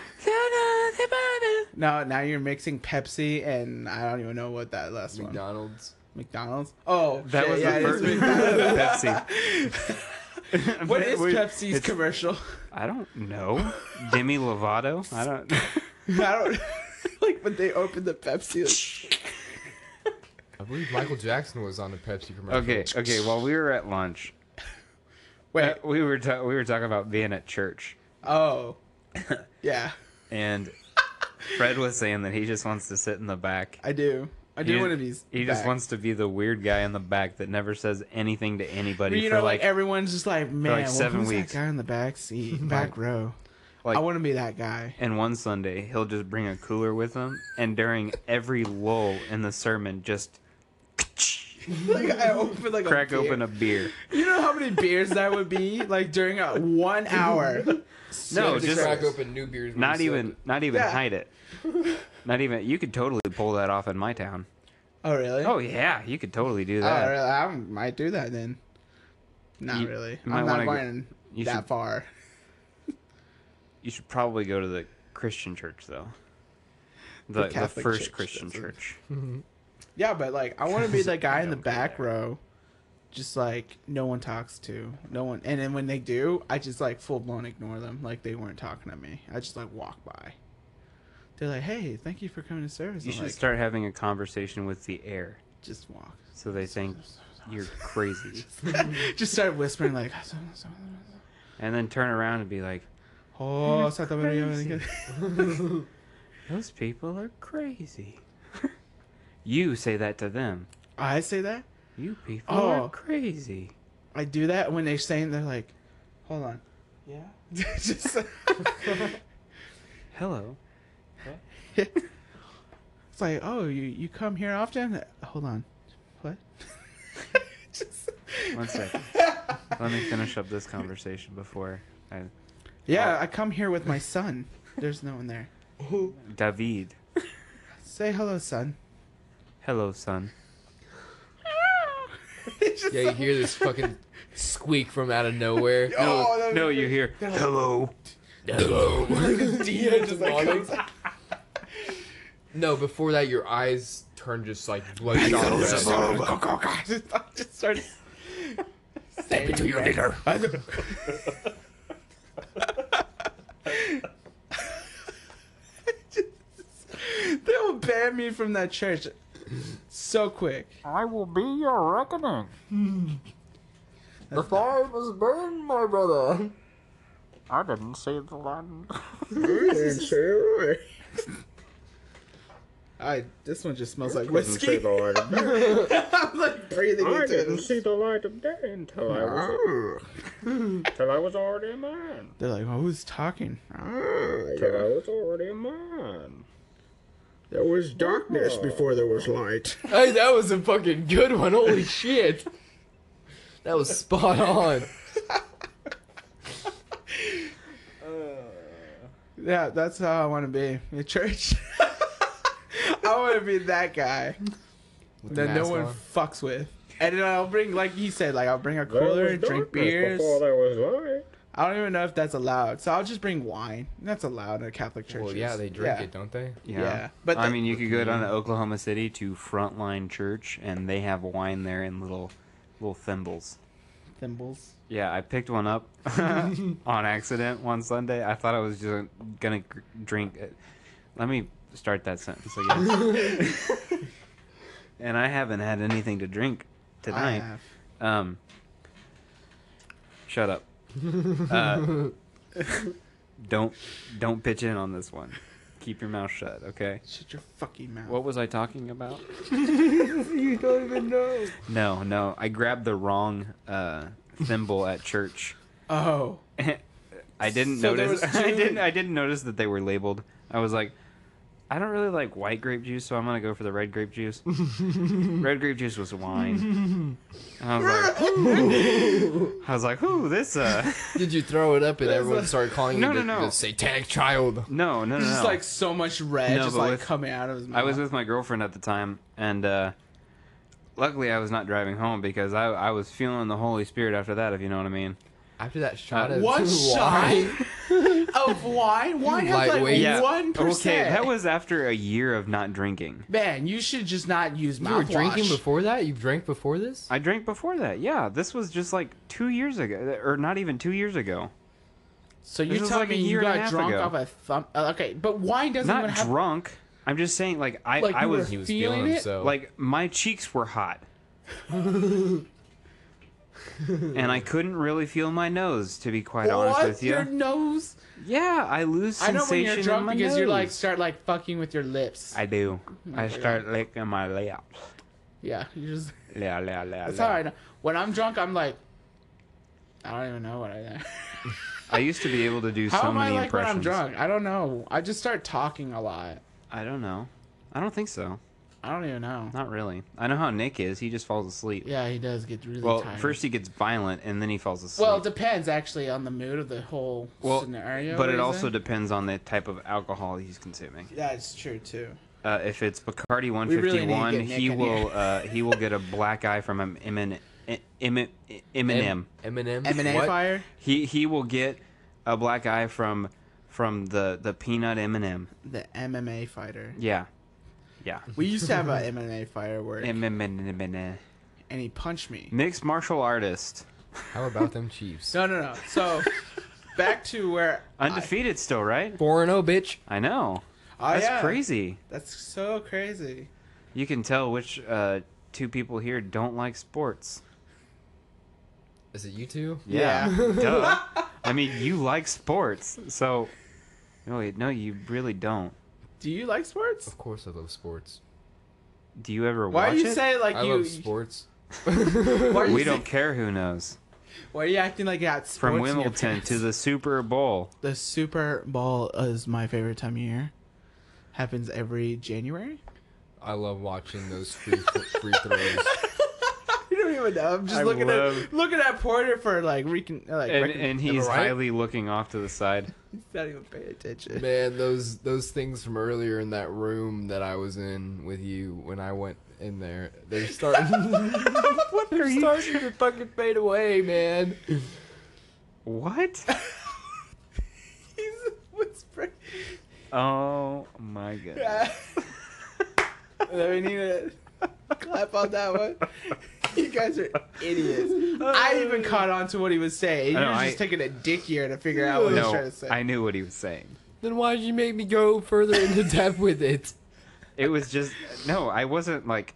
B: Now, now you're mixing Pepsi and I don't even know what that last one.
C: McDonald's.
B: McDonald's. Oh,
A: That
B: shit,
A: was the
B: yeah, it is
A: first
B: McDonald's.
A: Pepsi.
B: what is
A: We-
B: Pepsi's
A: it's-
B: commercial?
A: I don't know. Demi Lovato. I don't.
B: I don't like when they open the Pepsi.
C: I believe Michael Jackson was on a Pepsi commercial.
A: Okay. Okay. While we were at lunch,
B: Wait.
A: uh, we were ta- we were talking about being at church,
B: Oh, yeah,
A: and Fred was saying that he just wants to sit in the back.
B: I do. I do
A: He-
B: want to be.
A: He just
B: back.
A: wants to be the weird guy in the back that never says anything to anybody
B: But you
A: for
B: know,
A: like,
B: like, everyone's just like, man, well,
A: seven
B: who's
A: weeks."
B: that guy in the back seat, back row?
A: like
B: I want to be that guy.
A: and one Sunday he'll just bring a cooler with him, and during every lull in the sermon, just
B: like I opened like
A: Crack
B: a beer.
A: open a beer.
B: You know how many beers that would be like during a one hour.
A: No,
C: to
A: just-
C: crack open new beers. when
A: Not
C: you
A: even,
C: sip
A: not even
B: Yeah.
A: hide it. Not even. You could totally pull that off in my town.
B: Oh really?
A: Oh yeah, you could totally do
B: Oh,
A: that.
B: really? I might do that then. Not
A: You-
B: really.
A: you
B: I'm
A: might wanna
B: not
A: go-
B: going
A: you
B: that
A: should-
B: far.
A: You should probably go to the Christian church though. The, the,
B: Catholic
A: first
B: church
A: Christian
B: doesn't-
A: church.
B: Yeah, but like I want to be the guy in the
A: Don't go
B: back
A: there.
B: row, just like no one talks to, no one. And then when they do, I just like full blown ignore them, like they weren't talking to me. I just like walk by. They're like, "Hey, thank you for coming to service."
A: You
B: I'm
A: should
B: like,
A: start having a conversation with the air,
B: just walk.
A: so they think you're crazy,
B: just start whispering like,
A: and then turn around and be like,
B: "Oh, Santa Maria."
A: "Those people are crazy." you say that to them.
B: I say that.
A: You people are
B: Oh.
A: crazy.
B: I do that when they're saying they're like, "Hold on."
A: Yeah.
B: just
A: Hello.
B: it's like, oh, you you come here often? Hold on, what? Just-
A: One second. Let me finish up this conversation before I,
B: Yeah, I come here with my son. There's no one there.
A: David.
B: Say hello, son.
A: Hello, son.
B: It's just
C: it. Yeah, you hear this fucking squeak from out of nowhere.
B: Oh, that-
A: No, you hear hello.
C: Dia just like comes- No, before that, your eyes turn just like bloodshot red.
B: Just- I just started.
C: Step into your dinner.
B: They will ban me from that church so quick.
D: I will be your reckoning.
C: The fire must burn, my brother.
D: I didn't say the Latin.
B: I this one just smells like whiskey. I'm like breathing
D: I
B: into
D: didn't
B: this.
D: see the light of day until I was till I was already a man.
B: They're like, oh, who's talking?
D: Till I was already a man.
B: There was darkness before there was light.
C: Hey, that was a fucking good one. Holy shit. That was spot on.
B: Yeah, that's how I want to be in church. I want to be that guy that no one fucks with. And then I'll bring, like he said, like I'll bring a
D: There
B: cooler,
D: was
B: drink
D: darkness
B: beers.
D: Before there was light.
B: I don't even know if that's allowed, so I'll just bring wine. That's allowed in a Catholic church.
C: Well, yeah, they drink it, don't they?
A: Yeah.
B: Yeah, but
A: I
B: the-
A: mean, you could go down to Oklahoma City to Frontline Church, and they have wine there in little, little thimbles.
B: Thimbles.
A: Yeah, I picked one up on accident one Sunday. I thought I was just gonna gr- drink. It. Let me start that sentence again. and I haven't had anything to drink
B: I
A: tonight.
B: have.
A: Um, shut up. Uh, don't don't pitch in on this one. Keep your mouth shut, okay?
B: Shut your fucking mouth.
A: What was I talking about?
C: You don't even know.
A: No, no, I grabbed the wrong uh, thimble at church.
B: oh,
A: I didn't
B: So there
A: notice.
B: was
A: I
B: two-
A: didn't. I didn't notice that they were labeled. I was like, I don't really like white grape juice, so I'm gonna go for the red grape juice. red grape juice was wine. And I was like, I was like, ooh, this. Uh,
C: Did you throw it up and everyone started calling
A: No,
C: you
A: no,
C: the,
A: no.
C: the satanic child?
A: no, no, no.
B: just
A: no.
B: like so much red,
A: No,
B: just
A: but
B: like
A: with-
B: coming out of his mouth.
A: I was with my girlfriend at the time, and uh, luckily I was not driving home because I, I was feeling the Holy Spirit after that, if you know what I mean.
C: After that shot
A: Uh,
C: of
B: One
C: wine,
B: of wine. Wine has
C: Lightweight.
B: like
C: Yeah.
B: one
A: Okay, that was after a year of not drinking.
B: Man, you should just not use
C: you were
B: mouthwash.
C: drinking before that. You drank before this.
A: I drank before that. Yeah, this was just like two years ago, or not even two years ago.
B: So
A: This
B: you're
A: was
B: telling
A: like a
B: me
A: year
B: you
A: and a
B: got
A: half
B: drunk
A: ago.
B: off a thumb? uh, okay, but wine doesn't even
A: Not
B: have
A: drunk. I'm just saying, like I,
B: Like,
A: I
B: you
A: was
B: were-
C: he was
B: feeling
C: feeling
B: it?
C: himself.
A: like my cheeks were hot, and I couldn't really feel my nose. To be quite honest
B: What?
A: with
B: Your
A: you,
B: nose?
A: yeah, I lose
B: I
A: sensation
B: know when you're
A: in
B: drunk
A: my
B: because you're like Hmm.
A: nose.
B: start like fucking with your lips.
A: I do. I start licking my lips.
B: yeah, you just.
A: Yeah, yeah, yeah.
B: That's
A: yeah.
B: how I know. When I'm drunk, I'm like, I don't even know what I.
A: I used to be able to do
B: How
A: so
B: am I
A: many
B: like when
A: impressions.
B: I'm drunk? I don't know. I just start talking a lot.
A: I don't know. I don't think so.
B: I don't even know.
A: Not really. I know how Nick is. He just falls asleep.
B: Yeah, he does get really
A: well,
B: tired.
A: first he gets violent and then he falls asleep.
B: well, it depends actually on the mood of the whole scenario.
A: but it
B: he's
A: also
B: in.
A: depends on the type of alcohol he's consuming.
B: that's true too.
A: Uh, if it's Bacardi
B: We really need to
A: 151,
B: get Nick
A: he
B: in here.
A: will uh, he will get a black eye from an Emin- E- Emin- Eminem.
C: Eminem.
B: M&A
C: What?
B: fire.
A: He he will get a black eye from from the the peanut Eminem.
B: The MMA fighter.
A: Yeah, yeah.
B: We used to have a MMA fighter where
A: Eminem.
B: and he punched me.
A: Mixed martial artist,
C: How about them Chiefs?
B: No, no, no. So back to where
A: undefeated still, right?
C: Four and oh, bitch.
A: I know.
B: I, oh,
A: That's
B: yeah.
A: crazy.
B: That's so crazy.
A: You can tell which uh, two people here don't like sports.
C: Is it you two?
A: Yeah.
B: Yeah.
A: Duh. I mean, you like sports, so no, wait, no, you really don't.
B: Do you like sports?
C: Of course, I love sports.
A: Do you ever
B: Why
A: watch
B: do you
A: it?
B: say like
C: I
B: you?
C: love sports.
B: Why are you
A: we
B: say-
A: don't care who knows.
B: Why are you acting like you got sports
A: From
B: in your
A: Wimbledon
B: pants?
A: to the Super Bowl.
B: The Super Bowl is my favorite time of year. Happens every January.
C: I love watching those free free throws.
B: You don't even know. I'm just
A: I
B: looking
A: love-
B: at looking at Porter for like recon like
A: And,
B: recon-
A: and he's
C: right?
A: highly looking off to the side.
B: he's not even paying attention.
C: Man, those those things from earlier in that room that I was in with you when I went in there, they're starting.
A: What
C: they're starting to fucking fade away, man.
A: What?
B: he's whispering.
A: Oh my god.
B: Yeah. we need to clap on that one. You guys are idiots. I even caught on to what he was saying.
A: I
B: You're
A: know,
B: just
A: I-
B: taking a dick here to figure out what he's trying
A: No,
B: to say.
A: I knew what he was saying.
C: Then why did you make me go further into depth with it?
A: It was just no, I wasn't like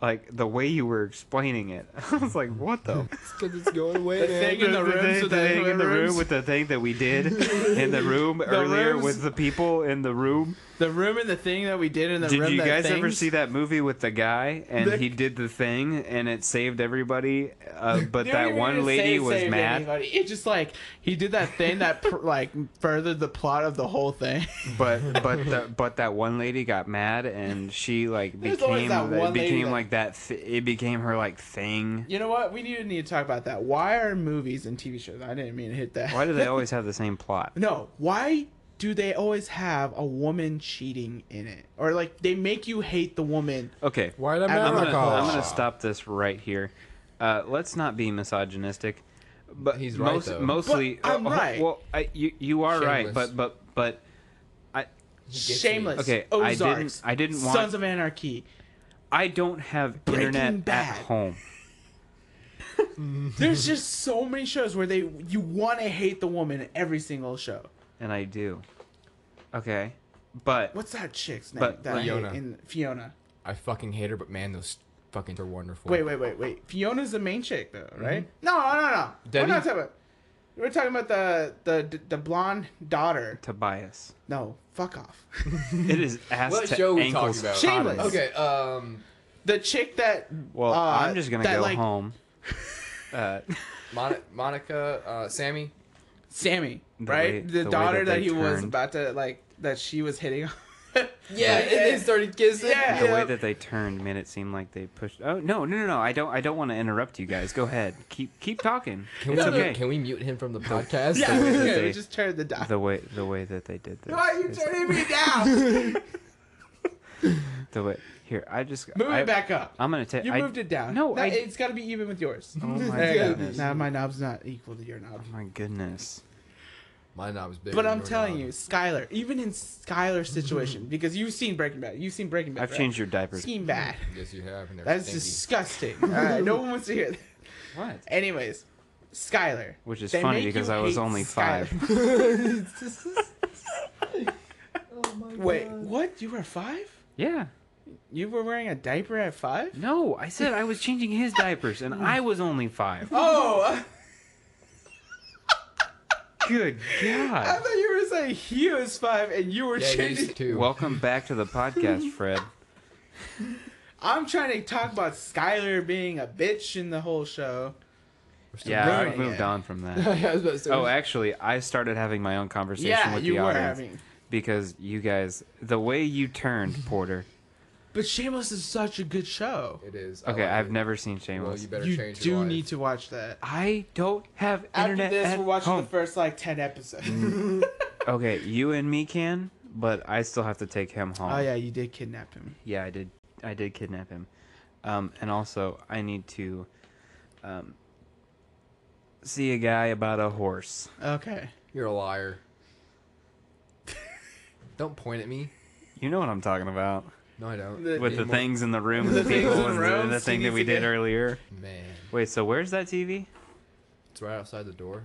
A: like the way you were explaining it. I was like, what the
C: It's because it's going away,
B: The
C: man.
B: thing in the room, so
A: the
B: that
A: thing in the
B: whoever's-
A: room with the thing that we did in the room earlier
B: rooms-
A: with the people in the room.
B: The room and the thing that we did in the
A: Did
B: room.
A: you
B: that
A: guys ever
B: things-
A: see that movie with the guy and
B: The-
A: he did the thing and it saved everybody? Uh, but
B: Dude,
A: that
B: you
A: one
B: didn't
A: lady
B: say
A: was
B: save
A: mad.
B: anybody. It's just like he did that thing that pr- like furthered the plot of the whole thing.
A: But but the, but that one lady got mad and she like
B: There's
A: became
B: always that
A: it
B: one lady
A: became
B: that-
A: like that. Th- it became her like thing.
B: You know what? We need to need to talk about that. Why are movies and TV shows? I didn't mean to hit that.
A: Why do they always have the same plot?
B: No, why do they always have a woman cheating in it? Or like they make you hate the woman.
A: Okay,
C: Why did I
B: I'm
A: I'm gonna,
C: America?
A: I'm gonna stop this right here. Uh, let's not be misogynistic, but
C: He's right,
A: most-
C: though.
A: Mostly,
B: But I'm
A: uh,
B: right.
A: Well, I, you you are right,
C: Shameless.
A: but but but
C: gets me.
B: Shameless.
A: Okay, I
B: Ozarks,
A: didn't- I didn't want-
B: Sons of Anarchy.
A: I don't have
B: Breaking
A: internet
B: Bad.
A: at home.
B: There's just so many shows where they you want to hate the woman in every single show.
A: and I do. Okay, but
B: What's that chick's name?
A: But
B: that I hate
C: Fiona.
B: in Fiona.
C: I fucking hate her, but man, those fucking are wonderful.
B: Wait, wait, wait, wait. Fiona's the main chick though, right? No, no, no, no.
C: Mm-hmm. Debbie?
B: We're not talking about. We're talking about the the the blonde daughter.
A: Tobias,
B: No, fuck off.
A: it is ass
C: What
A: to
C: show we talking
A: ankles.
C: about?
A: Shameless.
B: Shameless.
C: Okay, um,
B: The chick that.
A: Well,
B: uh,
A: I'm just gonna
B: that,
A: go
B: like,
A: home. Uh,
C: Mon- Monica, uh, Sammy.
B: Sammy,
A: The
B: right?
A: way-
B: the
A: the way that
B: daughter that,
A: they
B: he was
A: turned.
B: about to like that she was hitting. on.
C: Yeah,
B: and they
C: started kissing.
B: Yeah.
A: the way that they turned made it seem like they pushed. Oh no, no, no, no! I don't, I don't want to interrupt you guys. Go ahead, keep, keep talking.
C: Can we,
A: it's okay.
C: can we mute him from the podcast?
B: yeah,
A: way that
B: yeah,
A: they-
B: we just turned the dial.
A: the way the way that they did this.
B: Why are you
A: is-
B: turning me down?
A: the way here, I just
B: Move
A: I,
B: it back up.
A: I'm gonna take.
B: You
A: I,
B: moved it down.
A: No, I-
B: it's got to be even with yours.
A: Oh my
B: There you go.
A: goodness.
B: Now my knob's not equal to your knob.
A: Oh my goodness.
C: My knob is bigger.
B: But
C: than
B: I'm
C: your
B: telling
C: knob.
B: you, Skylar, even in Skylar's situation, because you've seen Breaking Bad, you've seen Breaking Bad.
A: I've changed your diapers.
B: Seen bad.
C: Yes, you have. and they're
B: That's
C: stinky.
B: disgusting. All right, no one wants to hear that.
A: What?
B: Anyways, Skylar.
A: Which is
B: They
A: funny
B: make
A: because
B: you
A: I was
B: hate
A: only
B: Skylar.
A: five.
C: Oh my
B: Wait,
C: God.
B: what? You were five?
A: Yeah.
B: You were wearing a diaper at five?
A: No, I said I was changing his diapers, and I was only five.
B: Oh,
A: Good
B: I
A: God.
B: thought you were saying he was five and you were
C: Yeah,
B: changing.
C: these two.
A: Welcome back to the podcast, Fred.
B: I'm trying to talk about Skylar being a bitch in the whole show.
A: Yeah, I've
B: ruining
A: moved
B: it.
A: on from that.
C: I was about to say,
A: Oh, actually, I started having my own conversation
B: Yeah,
A: with
B: you
A: the
B: were
A: audience
B: having.
A: because you guys, the way you turned, Porter,
B: But Shameless is such a good show.
C: It is. I
A: Okay,
C: like
A: I've
C: it.
A: never seen Shameless.
C: Well, you better
B: You
C: change
B: do
C: your life.
B: need to watch that.
A: I don't have
B: After
A: internet
B: this,
A: at
B: we're watching
A: home.
B: the first like ten episodes.
A: okay, you and me can, but I still have to take him home.
B: oh yeah, you did kidnap him.
A: Yeah, I did. I did kidnap him, um, and also I need to um, see a guy about a horse.
B: Okay.
C: You're a liar. don't point at me.
A: You know what I'm talking about
C: No, I don't.
B: The-
A: with the
C: Anymore.
A: things in the room, and
B: The
A: the people,
B: things in
A: and
B: the room,
A: the, the thing that
B: TVs
A: we did
B: again.
A: earlier.
C: Man,
A: Wait, so where's that TV?
C: it's right outside the door.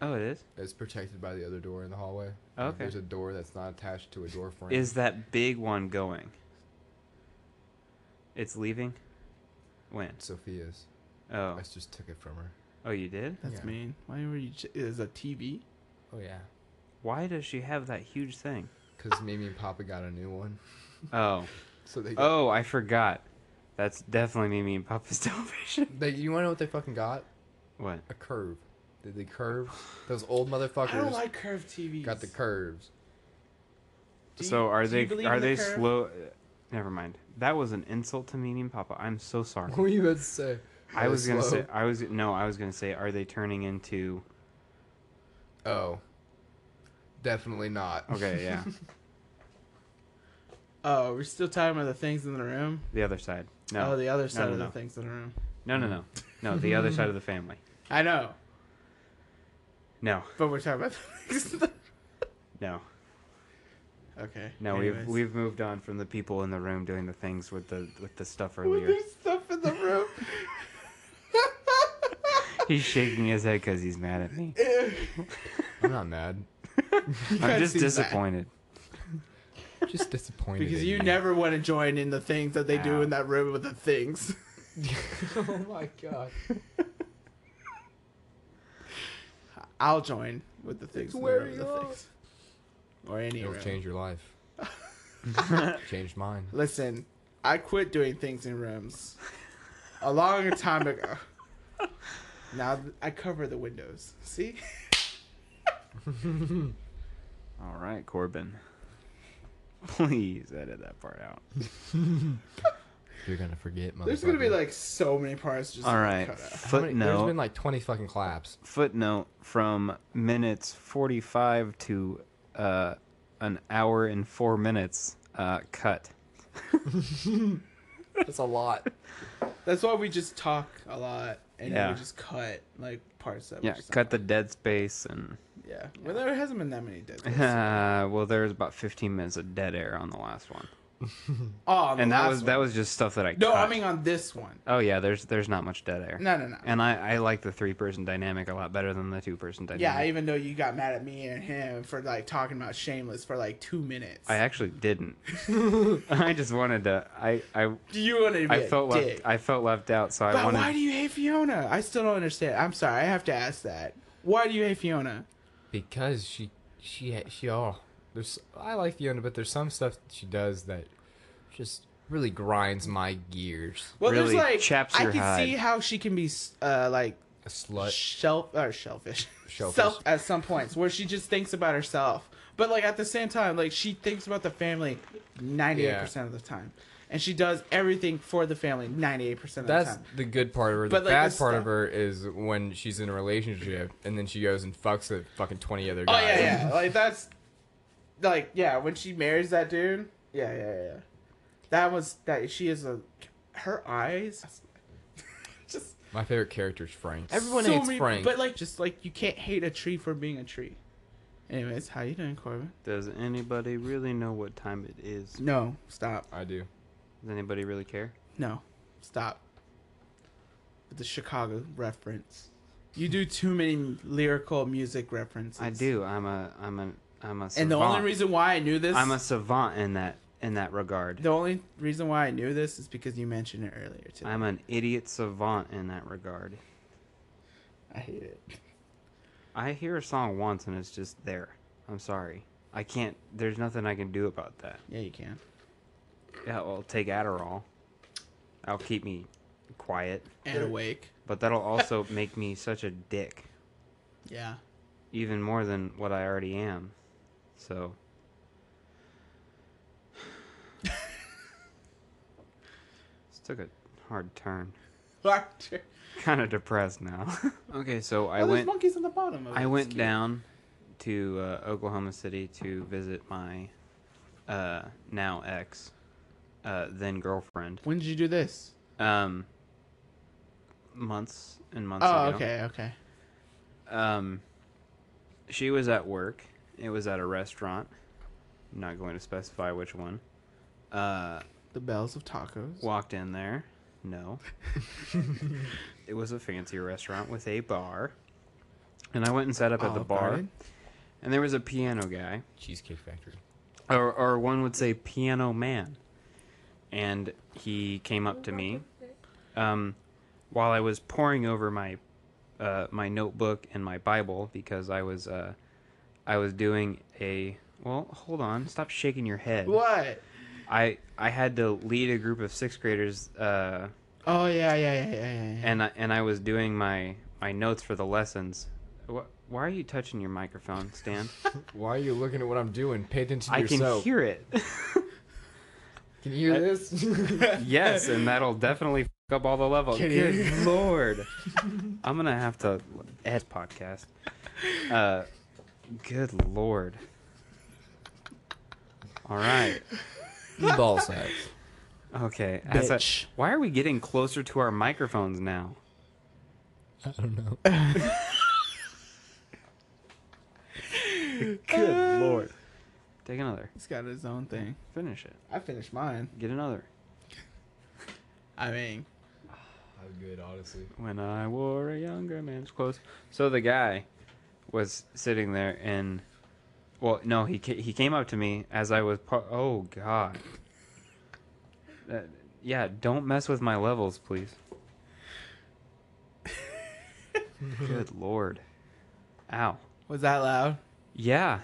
A: Oh, it is.
C: It's protected by the other door in the hallway.
A: Okay.
C: There's a door that's not attached to a door frame.
A: Is that big one going? It's leaving. When?
C: Sophia's?
A: Oh,
C: I just took it from her.
A: oh, you did.
B: That's
C: Yeah.
B: mean. Why were you? Ch- is a TV?
C: Oh yeah.
A: Why does she have that huge thing?
C: Because Mimi and Papa got a new one,
A: Oh,
C: so they. Got,
A: oh, I forgot. That's definitely Mimi and Papa's television.
C: They, you want to know what they fucking got?
A: What?
C: A curve. Did they curve? Those old
B: I don't
C: motherfuckers
B: like curved TVs.
C: got the curves.
B: Do you-
A: so are
B: do you
A: they
B: believe
A: are
B: in the
A: they
B: curve?
A: slow? uh, Never mind. That was an insult to Mimi and Papa. I'm so sorry.
C: What were you about to say?
A: I
C: Are
A: was
C: they
A: gonna
C: slow?
A: say I was no I was gonna say are they turning into
C: Oh. Definitely not.
A: okay yeah
B: Oh, we're still talking about the things in the room.
A: the other side no
B: Oh, the other side
A: no,
B: of
A: no.
B: the things in the room.
A: no no no no the other side of the family
B: I know,
A: no
B: but we're talking about the things. In the...
A: no
B: Okay.
A: no
B: anyways.
A: we've we've moved on from the people in the room doing the things with the with the stuff
B: Well,
A: earlier
B: there's stuff in the room.
A: he's shaking his head because he's mad at me
C: I'm not mad.
A: I'm
B: guys
A: just
B: do that.
A: disappointed
C: Just disappointed.
B: because
C: at
B: you never want to join in the things that they
A: Ow.
B: do in that room with the things.
C: oh my god.
B: I'll join with the things. in the
C: where
B: room with
C: you
B: the
C: are.
B: things. Or any
C: It'll
B: room.
C: change your life. Changed mine.
B: Listen, I quit doing things in rooms a long time ago. Now th- I cover the windows. See?
A: all right Corbin please edit that part out
C: You're gonna forget, motherfucker.
B: There's gonna be like so many parts just
A: all right
B: cut out.
C: How many- There's
A: footnote
C: been like 20 fucking claps.
A: footnote from minutes 45 to uh, an hour and four minutes uh, cut.
C: That's a lot.
B: That's why we just talk a lot and then
A: Yeah.
B: we just cut like parts that we
A: Yeah,
B: just
A: cut the dead space and
B: Yeah. Well, there hasn't been that many dead. oh,
A: uh, well, there was about 15 minutes of dead air on the last one,
B: on Oh, the
A: and that
B: last
A: was
B: one.
A: that was just stuff that I
B: No,
A: cut.
B: I mean on this one.
A: oh yeah, there's there's not much dead air.
B: No, no, no.
A: And I, I like the three person dynamic a lot better than the two person dynamic.
B: yeah, even though you got mad at me and him for like talking about Shameless for like two minutes.
A: I actually didn't. I just wanted to. I I,
B: do you want to be
A: I felt
B: a
A: left.
B: dick?
A: I felt left out, so I
B: But
A: wanted.
B: why do you hate Fiona? I still don't understand. I'm sorry. I have to ask that. Why do you hate Fiona?
C: Because she, she, she. Oh, there's. I like Fiona, but there's some stuff that she does that just really grinds my gears.
B: Well,
A: Really
B: there's like
A: chaps
B: I
A: your
B: can
A: hide.
B: see how she can be uh, like
C: A slut.
B: shelf or shellfish,
C: Shellfish.
B: self at some points where she just thinks about herself. But like at the same time, like she thinks about the family ninety eight percent of the time, and she does everything for the family ninety eight percent of the
C: That's
B: time.
C: the good part of her.
B: But,
C: the
B: like,
C: bad
B: the
C: part
B: stuff-
C: of her is when she's in a relationship and then she goes and fucks the fucking 20 other
B: Oh
C: guys.
B: yeah, yeah. like that's like yeah. When she marries that dude, yeah, yeah, yeah. That was that. She is a her eyes. just
C: My favorite character is Frank. Everyone
B: everyone
C: hates Frank.
B: but like just like you can't hate a tree for being a tree. Anyways, how you doing, Corbin?
A: Does anybody really know what time it is?
B: No, stop.
C: I do.
A: Does anybody really care?
B: No, stop. With the Chicago reference. You do too many lyrical music references.
A: I do. I'm a I'm a I'm a savant.
B: And the only reason why I knew this,
A: I'm a savant in that in that regard.
B: the only reason why I knew this is because you mentioned it earlier today.
A: I'm an idiot savant in that regard.
B: I hate it.
A: I hear a song once and it's just there. I'm sorry. I can't there's nothing I can do about that.
B: Yeah, you can.
A: Yeah, well take Adderall. That'll keep me quiet.
B: And awake.
A: But that'll also make me such a dick.
B: Yeah.
A: Even more than what I already am. So Took a hard turn.
B: Doctor.
A: Kind of depressed now. okay, so I
B: Oh, there's
A: went.
B: monkeys on the bottom of it.
A: I
B: It's
A: went
B: cute.
A: down to uh, Oklahoma City to visit my uh, now ex, uh, then girlfriend.
B: When did you do this?
A: Um, months and months
B: Oh,
A: ago.
B: okay, okay.
A: Um, she was at work. It was at a restaurant. I'm not going to specify which one. Uh,
B: The bells of tacos.
A: walked in there. No. it was a fancy restaurant with a bar. And I went and sat up at the
B: Olive
A: bar.
B: Garden?
A: And there was a piano guy.
E: Cheesecake Factory.
A: or or one would say piano man and he came up to me um, while i was poring over my uh, my notebook and my bible because i was uh, i was doing a well hold on stop shaking your head
B: What?
A: i i had to lead a group of sixth graders uh,
B: Oh yeah, yeah, yeah, yeah, yeah. yeah.
A: and I, and i was doing my my notes for the lessons Wh- why are you touching your microphone stan
C: Why are you looking at what I'm doing? Pay attention to
A: i can
C: yourself.
A: hear it
C: Can you hear this?
A: Yes, and that'll definitely f- up all the levels. Good lord. I'm gonna have to ed podcast. Uh, good lord. All right.
C: E
E: Ball sack.
A: Okay. as I-
B: Bitch.
A: why are we getting closer to our microphones now?
E: I don't know.
A: Good lord. Take another.
B: He's got his own thing.
A: Finish it.
B: I finished mine.
A: Get another.
B: I mean,
C: I'm good, honestly.
A: When I wore a younger man's clothes. So the guy was sitting there and, well, no, he ca- he came up to me as I was. Par- oh God. That, yeah, don't mess with my levels, please. Good lord. Ow.
B: was that loud?
A: Yeah.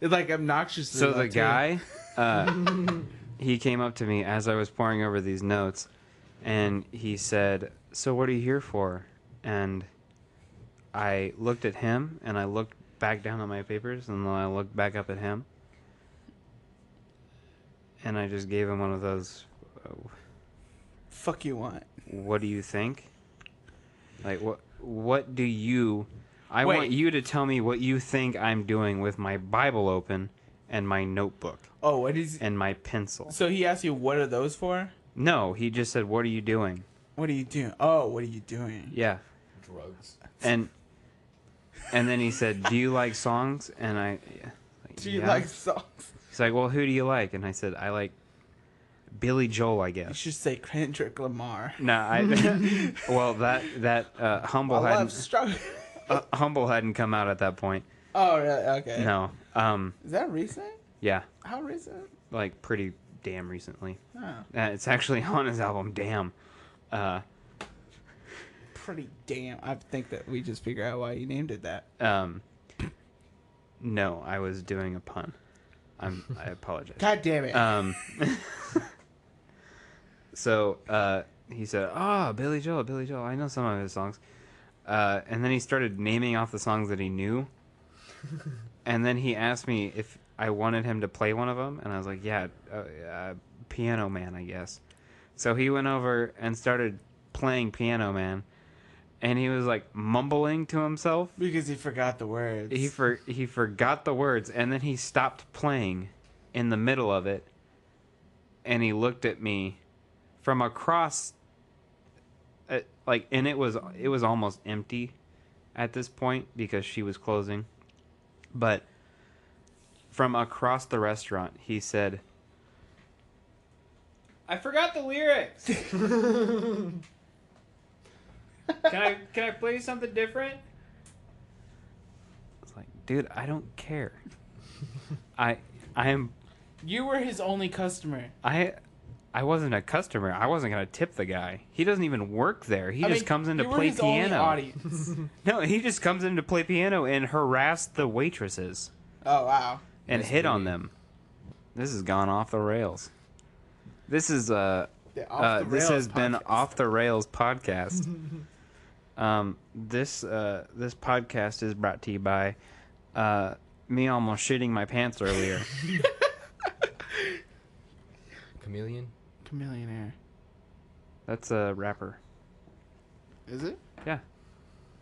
B: It's like obnoxious.
A: So the guy, uh, he came up to me as I was pouring over these notes, and he said, "So what are you here for?" And I looked at him, and I looked back down at my papers, and then I looked back up at him, and I just gave him one of those, uh,
B: Fuck you want?
A: "What do you think?" Like what? What do you? I want
B: Wait.
A: you to tell me what you think I'm doing with my Bible open and my notebook
B: Oh, what is?
A: and my pencil.
B: So he asked you, "What are those for?
A: No, he just said, "What are you doing?"
B: What are you doing? Oh, what are you doing?
A: Yeah,
C: Drugs.
A: and and then he said, "Do you like songs?" And I, yeah. Like,
B: Do you
A: "Yeah."
B: like songs?
A: He's like, "Well, who do you like?" And I said, "I like Billy Joel, I
B: You
A: guess."
B: should say Kendrick Lamar.
A: No, I. well, that that uh, humble
B: I love
A: hadn't
B: struggle.
A: uh, humble hadn't come out at that point.
B: oh, really? Okay.
A: No, um,
B: Is that recent?
A: yeah,
B: How recent?
A: like pretty damn recently.
B: Oh,
A: Uh, it's actually on his album. Damn. Uh,
B: pretty damn. I think that we just figure out why you named it that.
A: um, no, I was doing a pun. I'm. I apologize.
B: God damn it.
A: Um, so uh, he said, "Ah, Billy Joel, Billy Joel. I know some of his songs." Uh, and then he started naming off the songs that he knew. and then he asked me if I wanted him to play one of them, and I was like, "Yeah, uh, uh, Piano Man, I guess." So he went over and started playing Piano Man, and he was like mumbling to himself.
B: because he forgot the words.
A: He for he forgot the words, and then he stopped playing in the middle of it, and he looked at me from across, uh, like, and it was it was almost empty at this point because she was closing, but from across the restaurant, he said, "I forgot the lyrics. can I can I play something different?" It's like, dude, I don't care. I I am
B: you were his only customer.
A: I I wasn't a customer. I wasn't gonna tip the guy. He doesn't even work there. He
B: I
A: just
B: mean,
A: comes in to
B: you were
A: play
B: his only
A: piano.
B: audience.
A: No, he just comes in to play piano and harass the waitresses
B: oh wow.
A: and
C: That's
A: hit on
C: weird.
A: them. This has gone off the rails. This is uh,
B: The
A: uh
B: off the
A: this
B: rails
A: has been
B: podcast.
A: off the rails podcast. um this uh this podcast is brought to you by uh me almost shitting my pants earlier.
C: Chameleon?
B: Chameleon Air.
A: That's a rapper.
B: Is it?
A: Yeah.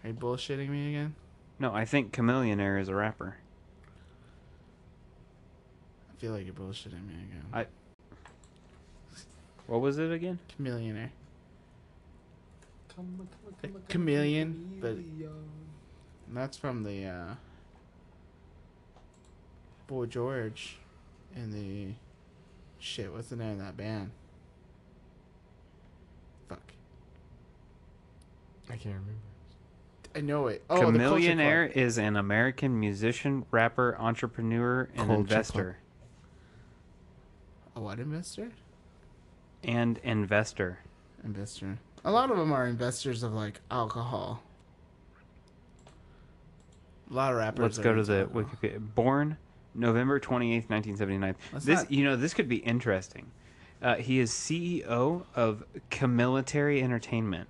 B: Are you bullshitting me again?
A: No, I think Chameleon Air is a rapper.
B: I feel like you're bullshitting me again.
A: I- What was it again?
B: Chameleon Air. Like chameleon, but and that's from the uh, Boy George and the shit. What's the name of that band? Fuck.
C: I can't remember.
B: I know it. Oh, the Culture
A: Chameleon
B: Club.
A: Air is an American musician, rapper, entrepreneur, and
B: Culture
A: investor.
B: A what investor?
A: And investor.
B: Investor. A lot of them are investors of like alcohol. A lot of rappers.
A: Let's
B: are
A: go to
B: into
A: the
B: alcohol.
A: Wikipedia. Born November 28th, 1979.
B: Let's
A: this,
B: not-
A: you know, this could be interesting. Uh, he is CEO of Camilitary Entertainment.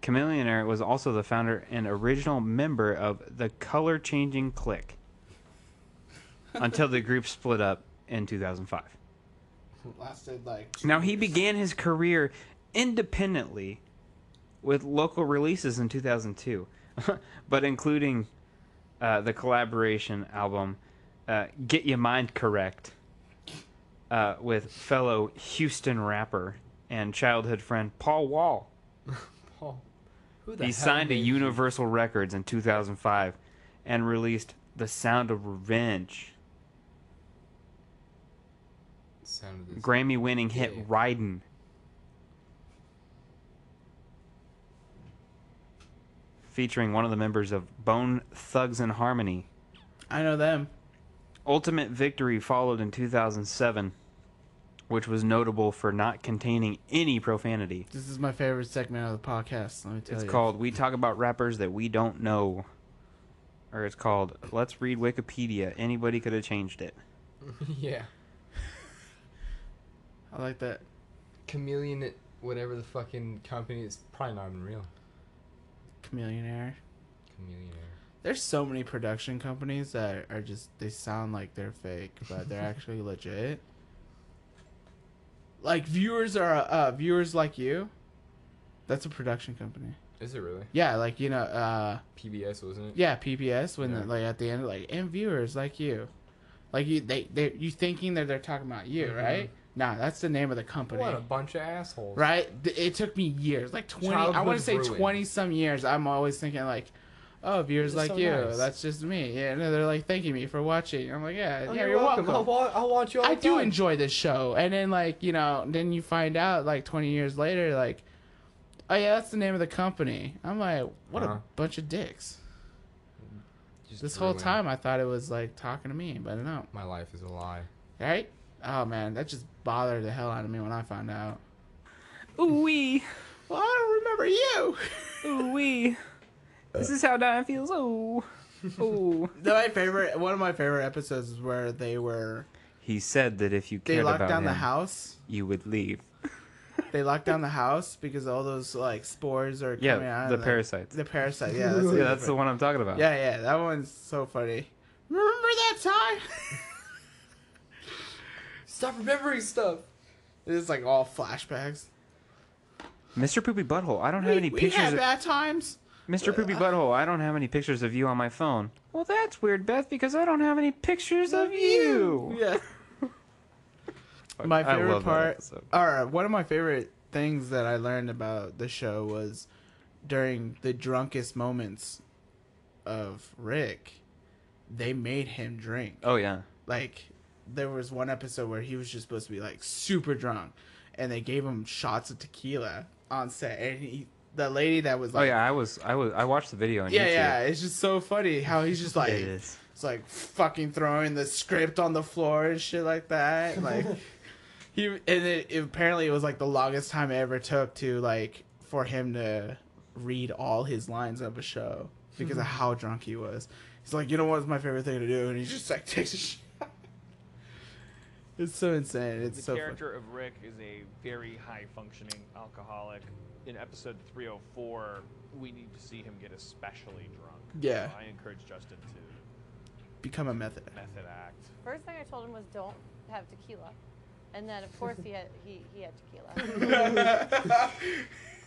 A: Chameleon Air was also the founder and original member of the Color Changing Clique until the group split up in 2005.
B: Lasted like. two
A: Now he
B: years.
A: began his career independently with local releases in 2002, but including uh, the collaboration album uh, "Get Your Mind Correct" uh, with fellow Houston rapper and childhood friend Paul Wall.
C: Paul. Who
A: He signed to
C: named
A: Universal Records in 2005 and released "The Sound of Revenge,"
C: you? Sound of this.
A: Grammy-winning hit
C: Yeah.
A: "Riding." featuring one of the members of Bone Thugs and Harmony.
B: I know them.
A: Ultimate Victory followed in 2007, which was notable for not containing any profanity.
B: This is my favorite segment of the podcast. Let me tell
A: It's
B: you.
A: called We Talk About Rappers That We Don't Know. Or it's called Let's Read Wikipedia. Anybody could have changed it.
C: yeah.
B: I like that.
C: Chameleon, whatever the fucking company is, probably not even real.
B: Chameleon Air.
C: Chameleon.
B: There's so many production companies that are just they sound like they're fake, but they're actually legit. Like viewers are uh, viewers like you. That's a production company.
C: Is it really?
B: Yeah, like you know, uh,
C: PBS, wasn't it?
B: yeah, PBS when
C: Yeah.
B: like at the end like and viewers like you, like you they they you thinking that they're talking about you,
C: Mhm.
B: right? Nah, that's the name of the company.
C: What a bunch of assholes.
B: right? Th- It took me years, like twenty. I want
C: Childhood
B: to say
C: ruin.
B: twenty some years. I'm always thinking like, oh, viewers
C: That's
B: like
C: so
B: you.
C: nice.
B: That's just me. Yeah, no, they're like thanking me for watching. I'm like, yeah,
C: Oh,
B: yeah, you're welcome. Oh,
C: I'll, wa- I'll watch you all
B: I
C: the
B: do
C: time.
B: enjoy this show, and then like you know, then you find out like twenty years later, like, oh yeah, that's the name of the company. I'm like, what
C: Uh-huh.
B: a bunch of dicks.
C: Just
B: This whole
C: ruin.
B: time I thought it was like talking to me, but no,
C: My life is a lie.
B: right? Oh man, that just bothered the hell out of me when I found out.
A: Ooh wee.
B: Well, I don't remember you.
A: Ooh wee. This is how Diane feels. Oh. Oh.
B: No, my favorite one of my favorite episodes is where they were
A: He said that if you
B: they
A: cared
B: locked
A: about
B: down
A: him,
B: the house.
A: you would leave.
B: They locked down the house because all those like spores are
A: Yeah,
B: coming out.
A: the
B: and, like,
A: parasites.
B: The parasite. Yeah, that's,
A: Yeah, that's the one I'm talking about.
B: Yeah, yeah, that one's so funny. Remember that time?
C: Stop remembering stuff.
B: it's like all flashbacks.
A: Mr. Poopy Butthole, I don't have
B: We-
A: any
B: we Uh,
A: pictures.
B: had
A: Of,
B: bad times.
A: Mr. Poopy Butthole, I don't have any pictures of you on my phone. Well, that's weird, Beth, because I don't have any pictures of you.
B: Yeah. my
A: I
B: favorite
A: love that
B: part
A: episode.
B: or uh, one of my favorite things that i learned about the show was during the drunkest moments of rick they made him drink
A: Oh yeah,
B: like there was one episode where he was just supposed to be like super drunk and they gave him shots of tequila on set and he the lady that was
A: oh
B: like
A: yeah. I was, I was, I watched the video on
B: yeah,
A: YouTube.
B: yeah, it's just so funny how he's just like
A: It is.
B: it's like fucking throwing the script on the floor and shit like that. Like he and it, it- apparently it was like the longest time it ever took to like for him to read all his lines of a show because
A: Mm-hmm.
B: of how drunk he was. He's like, you know what's my favorite thing to do, and he just like takes a shot. It's so insane. It's
F: the
B: so funny.
F: character of Rick is a very high functioning alcoholic. In episode 304, we need to see him get especially drunk.
B: Yeah.
F: So I encourage Justin to
B: become a method.
F: method act.
G: First thing I told him was don't have tequila. And then of course he had he, he had tequila.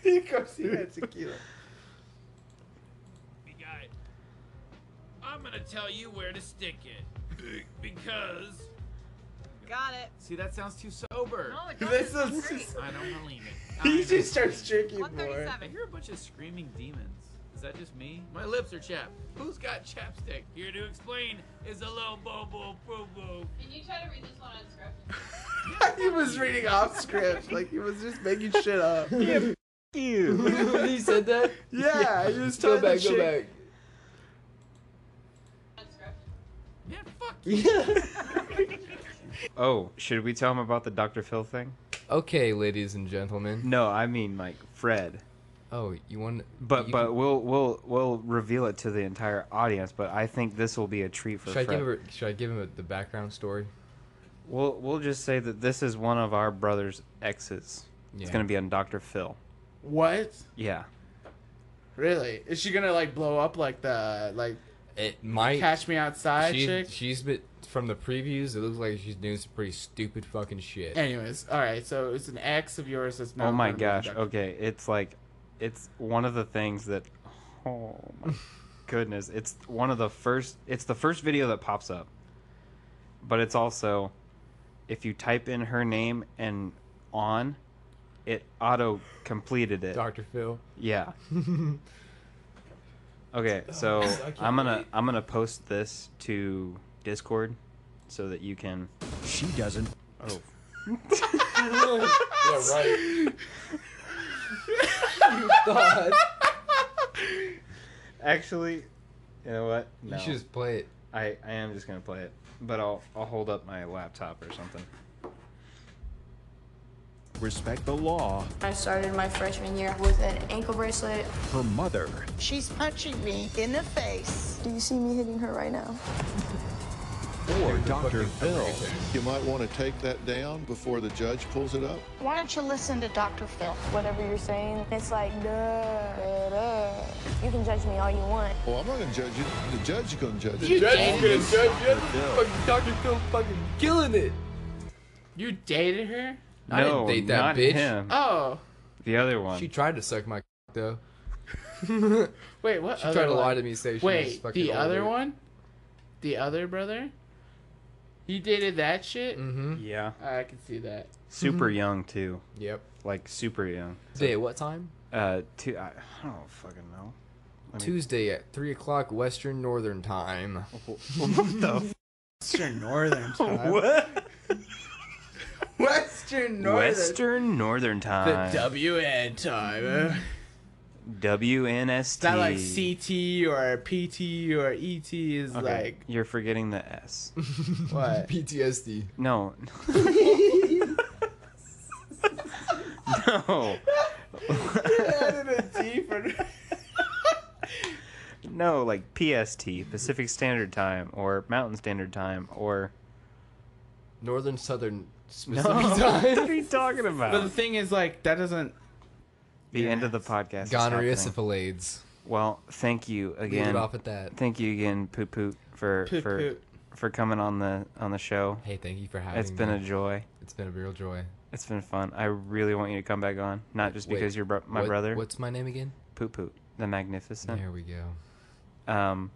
B: he goes, he had tequila.
H: Big guy, I'm gonna tell you where to stick it. Because.
G: Got it.
H: See, that sounds too sober.
G: No, it
B: This
G: doesn't.
B: is
G: It's great.
B: just-
H: I don't believe it. I
B: He
H: know.
B: just starts drinking more.
G: 137.
H: I hear a bunch of screaming demons. Is that just me? My lips are chapped. Who's got chapstick? Here to explain is a little bobo bobo.
G: Can you try to read this one on script?
B: he was reading off script, like he was just making shit up.
C: he said that.
B: Yeah, he was
C: Go
B: telling
C: back,
B: the
C: go
B: chick.
C: back.
G: On script.
H: Man, fuck you.
A: Oh, should we tell him about the Dr. Phil thing?
E: Okay, ladies and gentlemen.
A: No, I mean like Fred.
E: Oh, you want?
A: But
E: you
A: but
E: can-
A: we'll we'll we'll reveal it to the entire audience. But I think this will be a treat for
E: should I
A: Fred.
E: give her, should I give him the background story?
A: We'll we'll just say that this is one of our brother's exes. It's
E: Yeah.
A: gonna be on Dr. Phil.
B: What?
A: Yeah.
B: Really? Is she gonna like blow up like the like
E: It might.
B: catch me outside
E: she,
B: chick?
E: she's been from the previews. It looks like she's doing some pretty stupid fucking
C: Eh.
E: shit.
B: Anyways, all right. So it's an ex of yours that's not.
A: oh my
B: gonna be
A: gosh.
B: conducted.
A: Okay. It's like, it's one of the things that. Oh my goodness! It's one of the first. It's the first video that pops up. But it's also, if you type in her name and on, it auto completed it.
E: Dr. Phil.
A: Yeah. okay, so I'm gonna I'm gonna post this to Discord so that you can. Oh.
I: She doesn't.
C: Yeah, right. you thought.
A: Actually, you know what? No,
E: You should just play it.
A: I I am just gonna play it, but I'll I'll hold up my laptop or something.
I: Respect the law.
J: I started my freshman year with an ankle bracelet.
I: Her mother.
K: She's punching me in the face.
J: Do you see me hitting her right now?
I: Or Dr. Phil.
K: You might want to take that down before the judge pulls it up. Why don't you listen to Dr. Phil?
J: Whatever you're saying, it's like, duh, duh, duh. You can judge me all you want.
K: Well, I'm not going to judge you. The judge is going to judge
C: The
K: you.
C: judge is gonna judge you. Fucking Dr. Phil fucking killing it.
B: You dated her?
E: I didn't
A: no,
E: date that
A: not
E: bitch.
A: him.
B: Oh,
A: The other one.
E: She tried to suck my though.
B: wait. What?
E: She
B: other
E: tried to
B: one?
E: lie to me, say she was
B: Wait,
E: fucking
B: the other
E: older.
B: one? The other brother? He dated that shit?
E: Mm-hmm.
A: yeah,
B: I can see that.
A: super young too,
E: Yep.
A: like super young.
E: Day what time?
A: Uh, two. I, I don't fucking know. I mean-
E: Tuesday at three o'clock Western Northern Time.
A: what the f-
B: Western Northern time.
A: what?
B: Western Northern.
A: Western Northern Time.
B: WN time. eh?
A: WNST.
B: It's not like CT or PT or ET is
A: Okay, you're forgetting the S.
B: like what?
E: PTSD.
A: No. no.
B: added a T for
A: No, like PST, Pacific Standard Time, or Mountain Standard Time, or.
E: Northern Southern
A: No.
E: specific
A: what
E: time.
A: are you talking
B: But the
A: about?
B: thing is like that doesn't
A: The end of the podcast. is
E: Gonorrhea
A: happening.
E: syphilades.
A: Well, thank you
E: Leave it
A: again.
E: off at that.
A: Thank you again, Poot Poot, for
B: Poot
A: for
B: Poot.
A: for coming on the on the show.
E: Hey, thank you for having
A: It's
E: me.
A: been a joy.
E: it's been a real joy.
A: It's been fun. I really want you to come back on, not just
E: Wait,
A: because you're bro- my
E: what-
A: brother.
E: What's my name again?
A: Poot Poot, the magnificent.
E: There we go.
A: Um,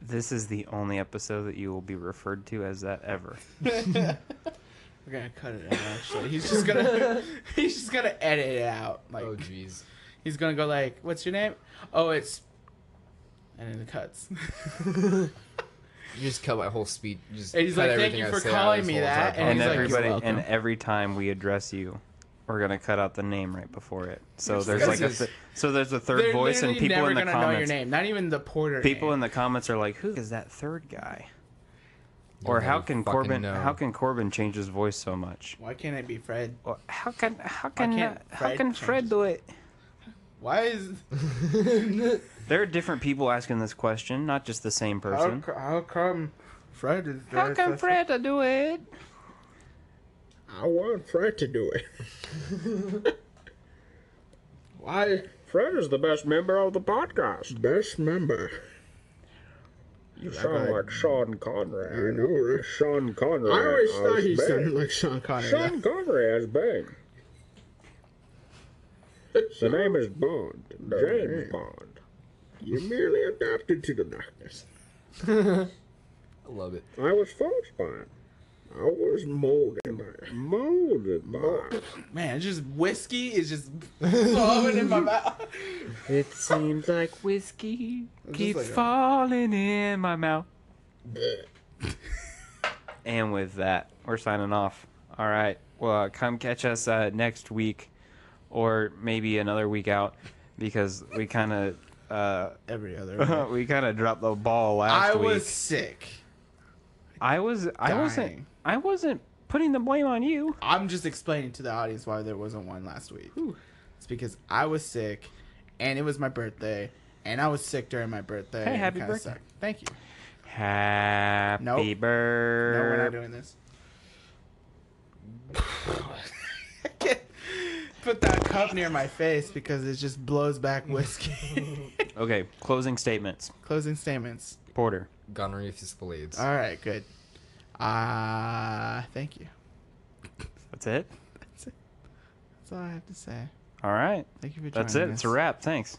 A: this is the only episode that you will be referred to as that ever.
B: Oh, we're gonna cut it out actually. He's just gonna he's just gonna edit it out. Like
E: Oh jeez.
B: he's gonna go like, What's your name? Oh it's and then it cuts.
E: You just cut my whole speech. you Just
B: And he's
E: cut
B: like, "Thank
E: everything
B: you
E: I
B: for
E: say out
B: calling
E: this
B: me
E: whole
B: that,"
E: entire
B: And
A: And
B: he's
E: podcast.
B: like,
A: everybody,
B: "You're welcome."
A: and every time we address you, we're gonna cut out the name right before it. So there's
E: guys
A: like a
E: is-
A: th- so there's a third voice, and
B: literally
A: people in the
B: know your
A: comments,
B: name. Not even the porter.
A: people
B: name.
A: in the comments are like, "Who is that third guy?" Or how
E: never
A: can
E: fucking
A: Corbin?
E: know.
A: How can Corbin change his voice so much?
B: Why can't it be Fred?
A: Or how can how can
B: can't
A: uh, how
B: Fred
A: can
B: change
A: Fred
B: his
A: do it?
B: Why is
A: There are different people asking this question, not just the same
B: how,
A: person.
B: co- how come Fred is
A: How can Fred do it?
D: I want Fred to do it. Why? Fred is the best member of the podcast. Best member. You sound like Sean Conrad.
L: I know, right?
D: Sean Conrad.
L: I always thought
D: has
L: he
D: bang.
L: sounded like Sean Connery.
D: oh, Sean Conrad has bang. The name is Bond.
L: No
D: James
L: name.
D: Bond.
L: You merely adapted to the darkness.
C: I love it.
D: I was forced by it.
L: I was molded by it.
D: Molded by it.
B: Man, it's just whiskey is just flowing in my mouth.
A: It seems like whiskey
B: Just
A: keeps
B: like a-
A: falling in my mouth. And with that, we're signing off. All right. Well, uh, come catch us uh, next week, or maybe another week out, because we kind of uh,
B: every other.
A: we kind of dropped the ball last
B: I
A: week.
B: was sick.
A: I was. I wasn't.
B: dying.
A: I wasn't putting the blame on you.
B: I'm just explaining to the audience why there wasn't one last week. It's because I was sick, and it was my birthday, and I was sick during my birthday.
A: Hey,
B: and it
A: happy
B: kinda
A: birthday.
B: sucked. Thank you.
A: Happy
B: Nope.
A: Uh,
B: No, we're not
A: birthday.
B: doing this. I can't Put that cup near my face because it just blows back whiskey.
A: okay. Closing statements.
B: Closing statements.
A: Porter.
C: Gonorrhea fistulades.
B: All right, good. Uh, thank you.
A: That's it.
B: That's all I have to say.
A: All right.
B: Thank you for
A: That's it.
B: joining
A: It's a
B: us.
A: wrap. Thanks.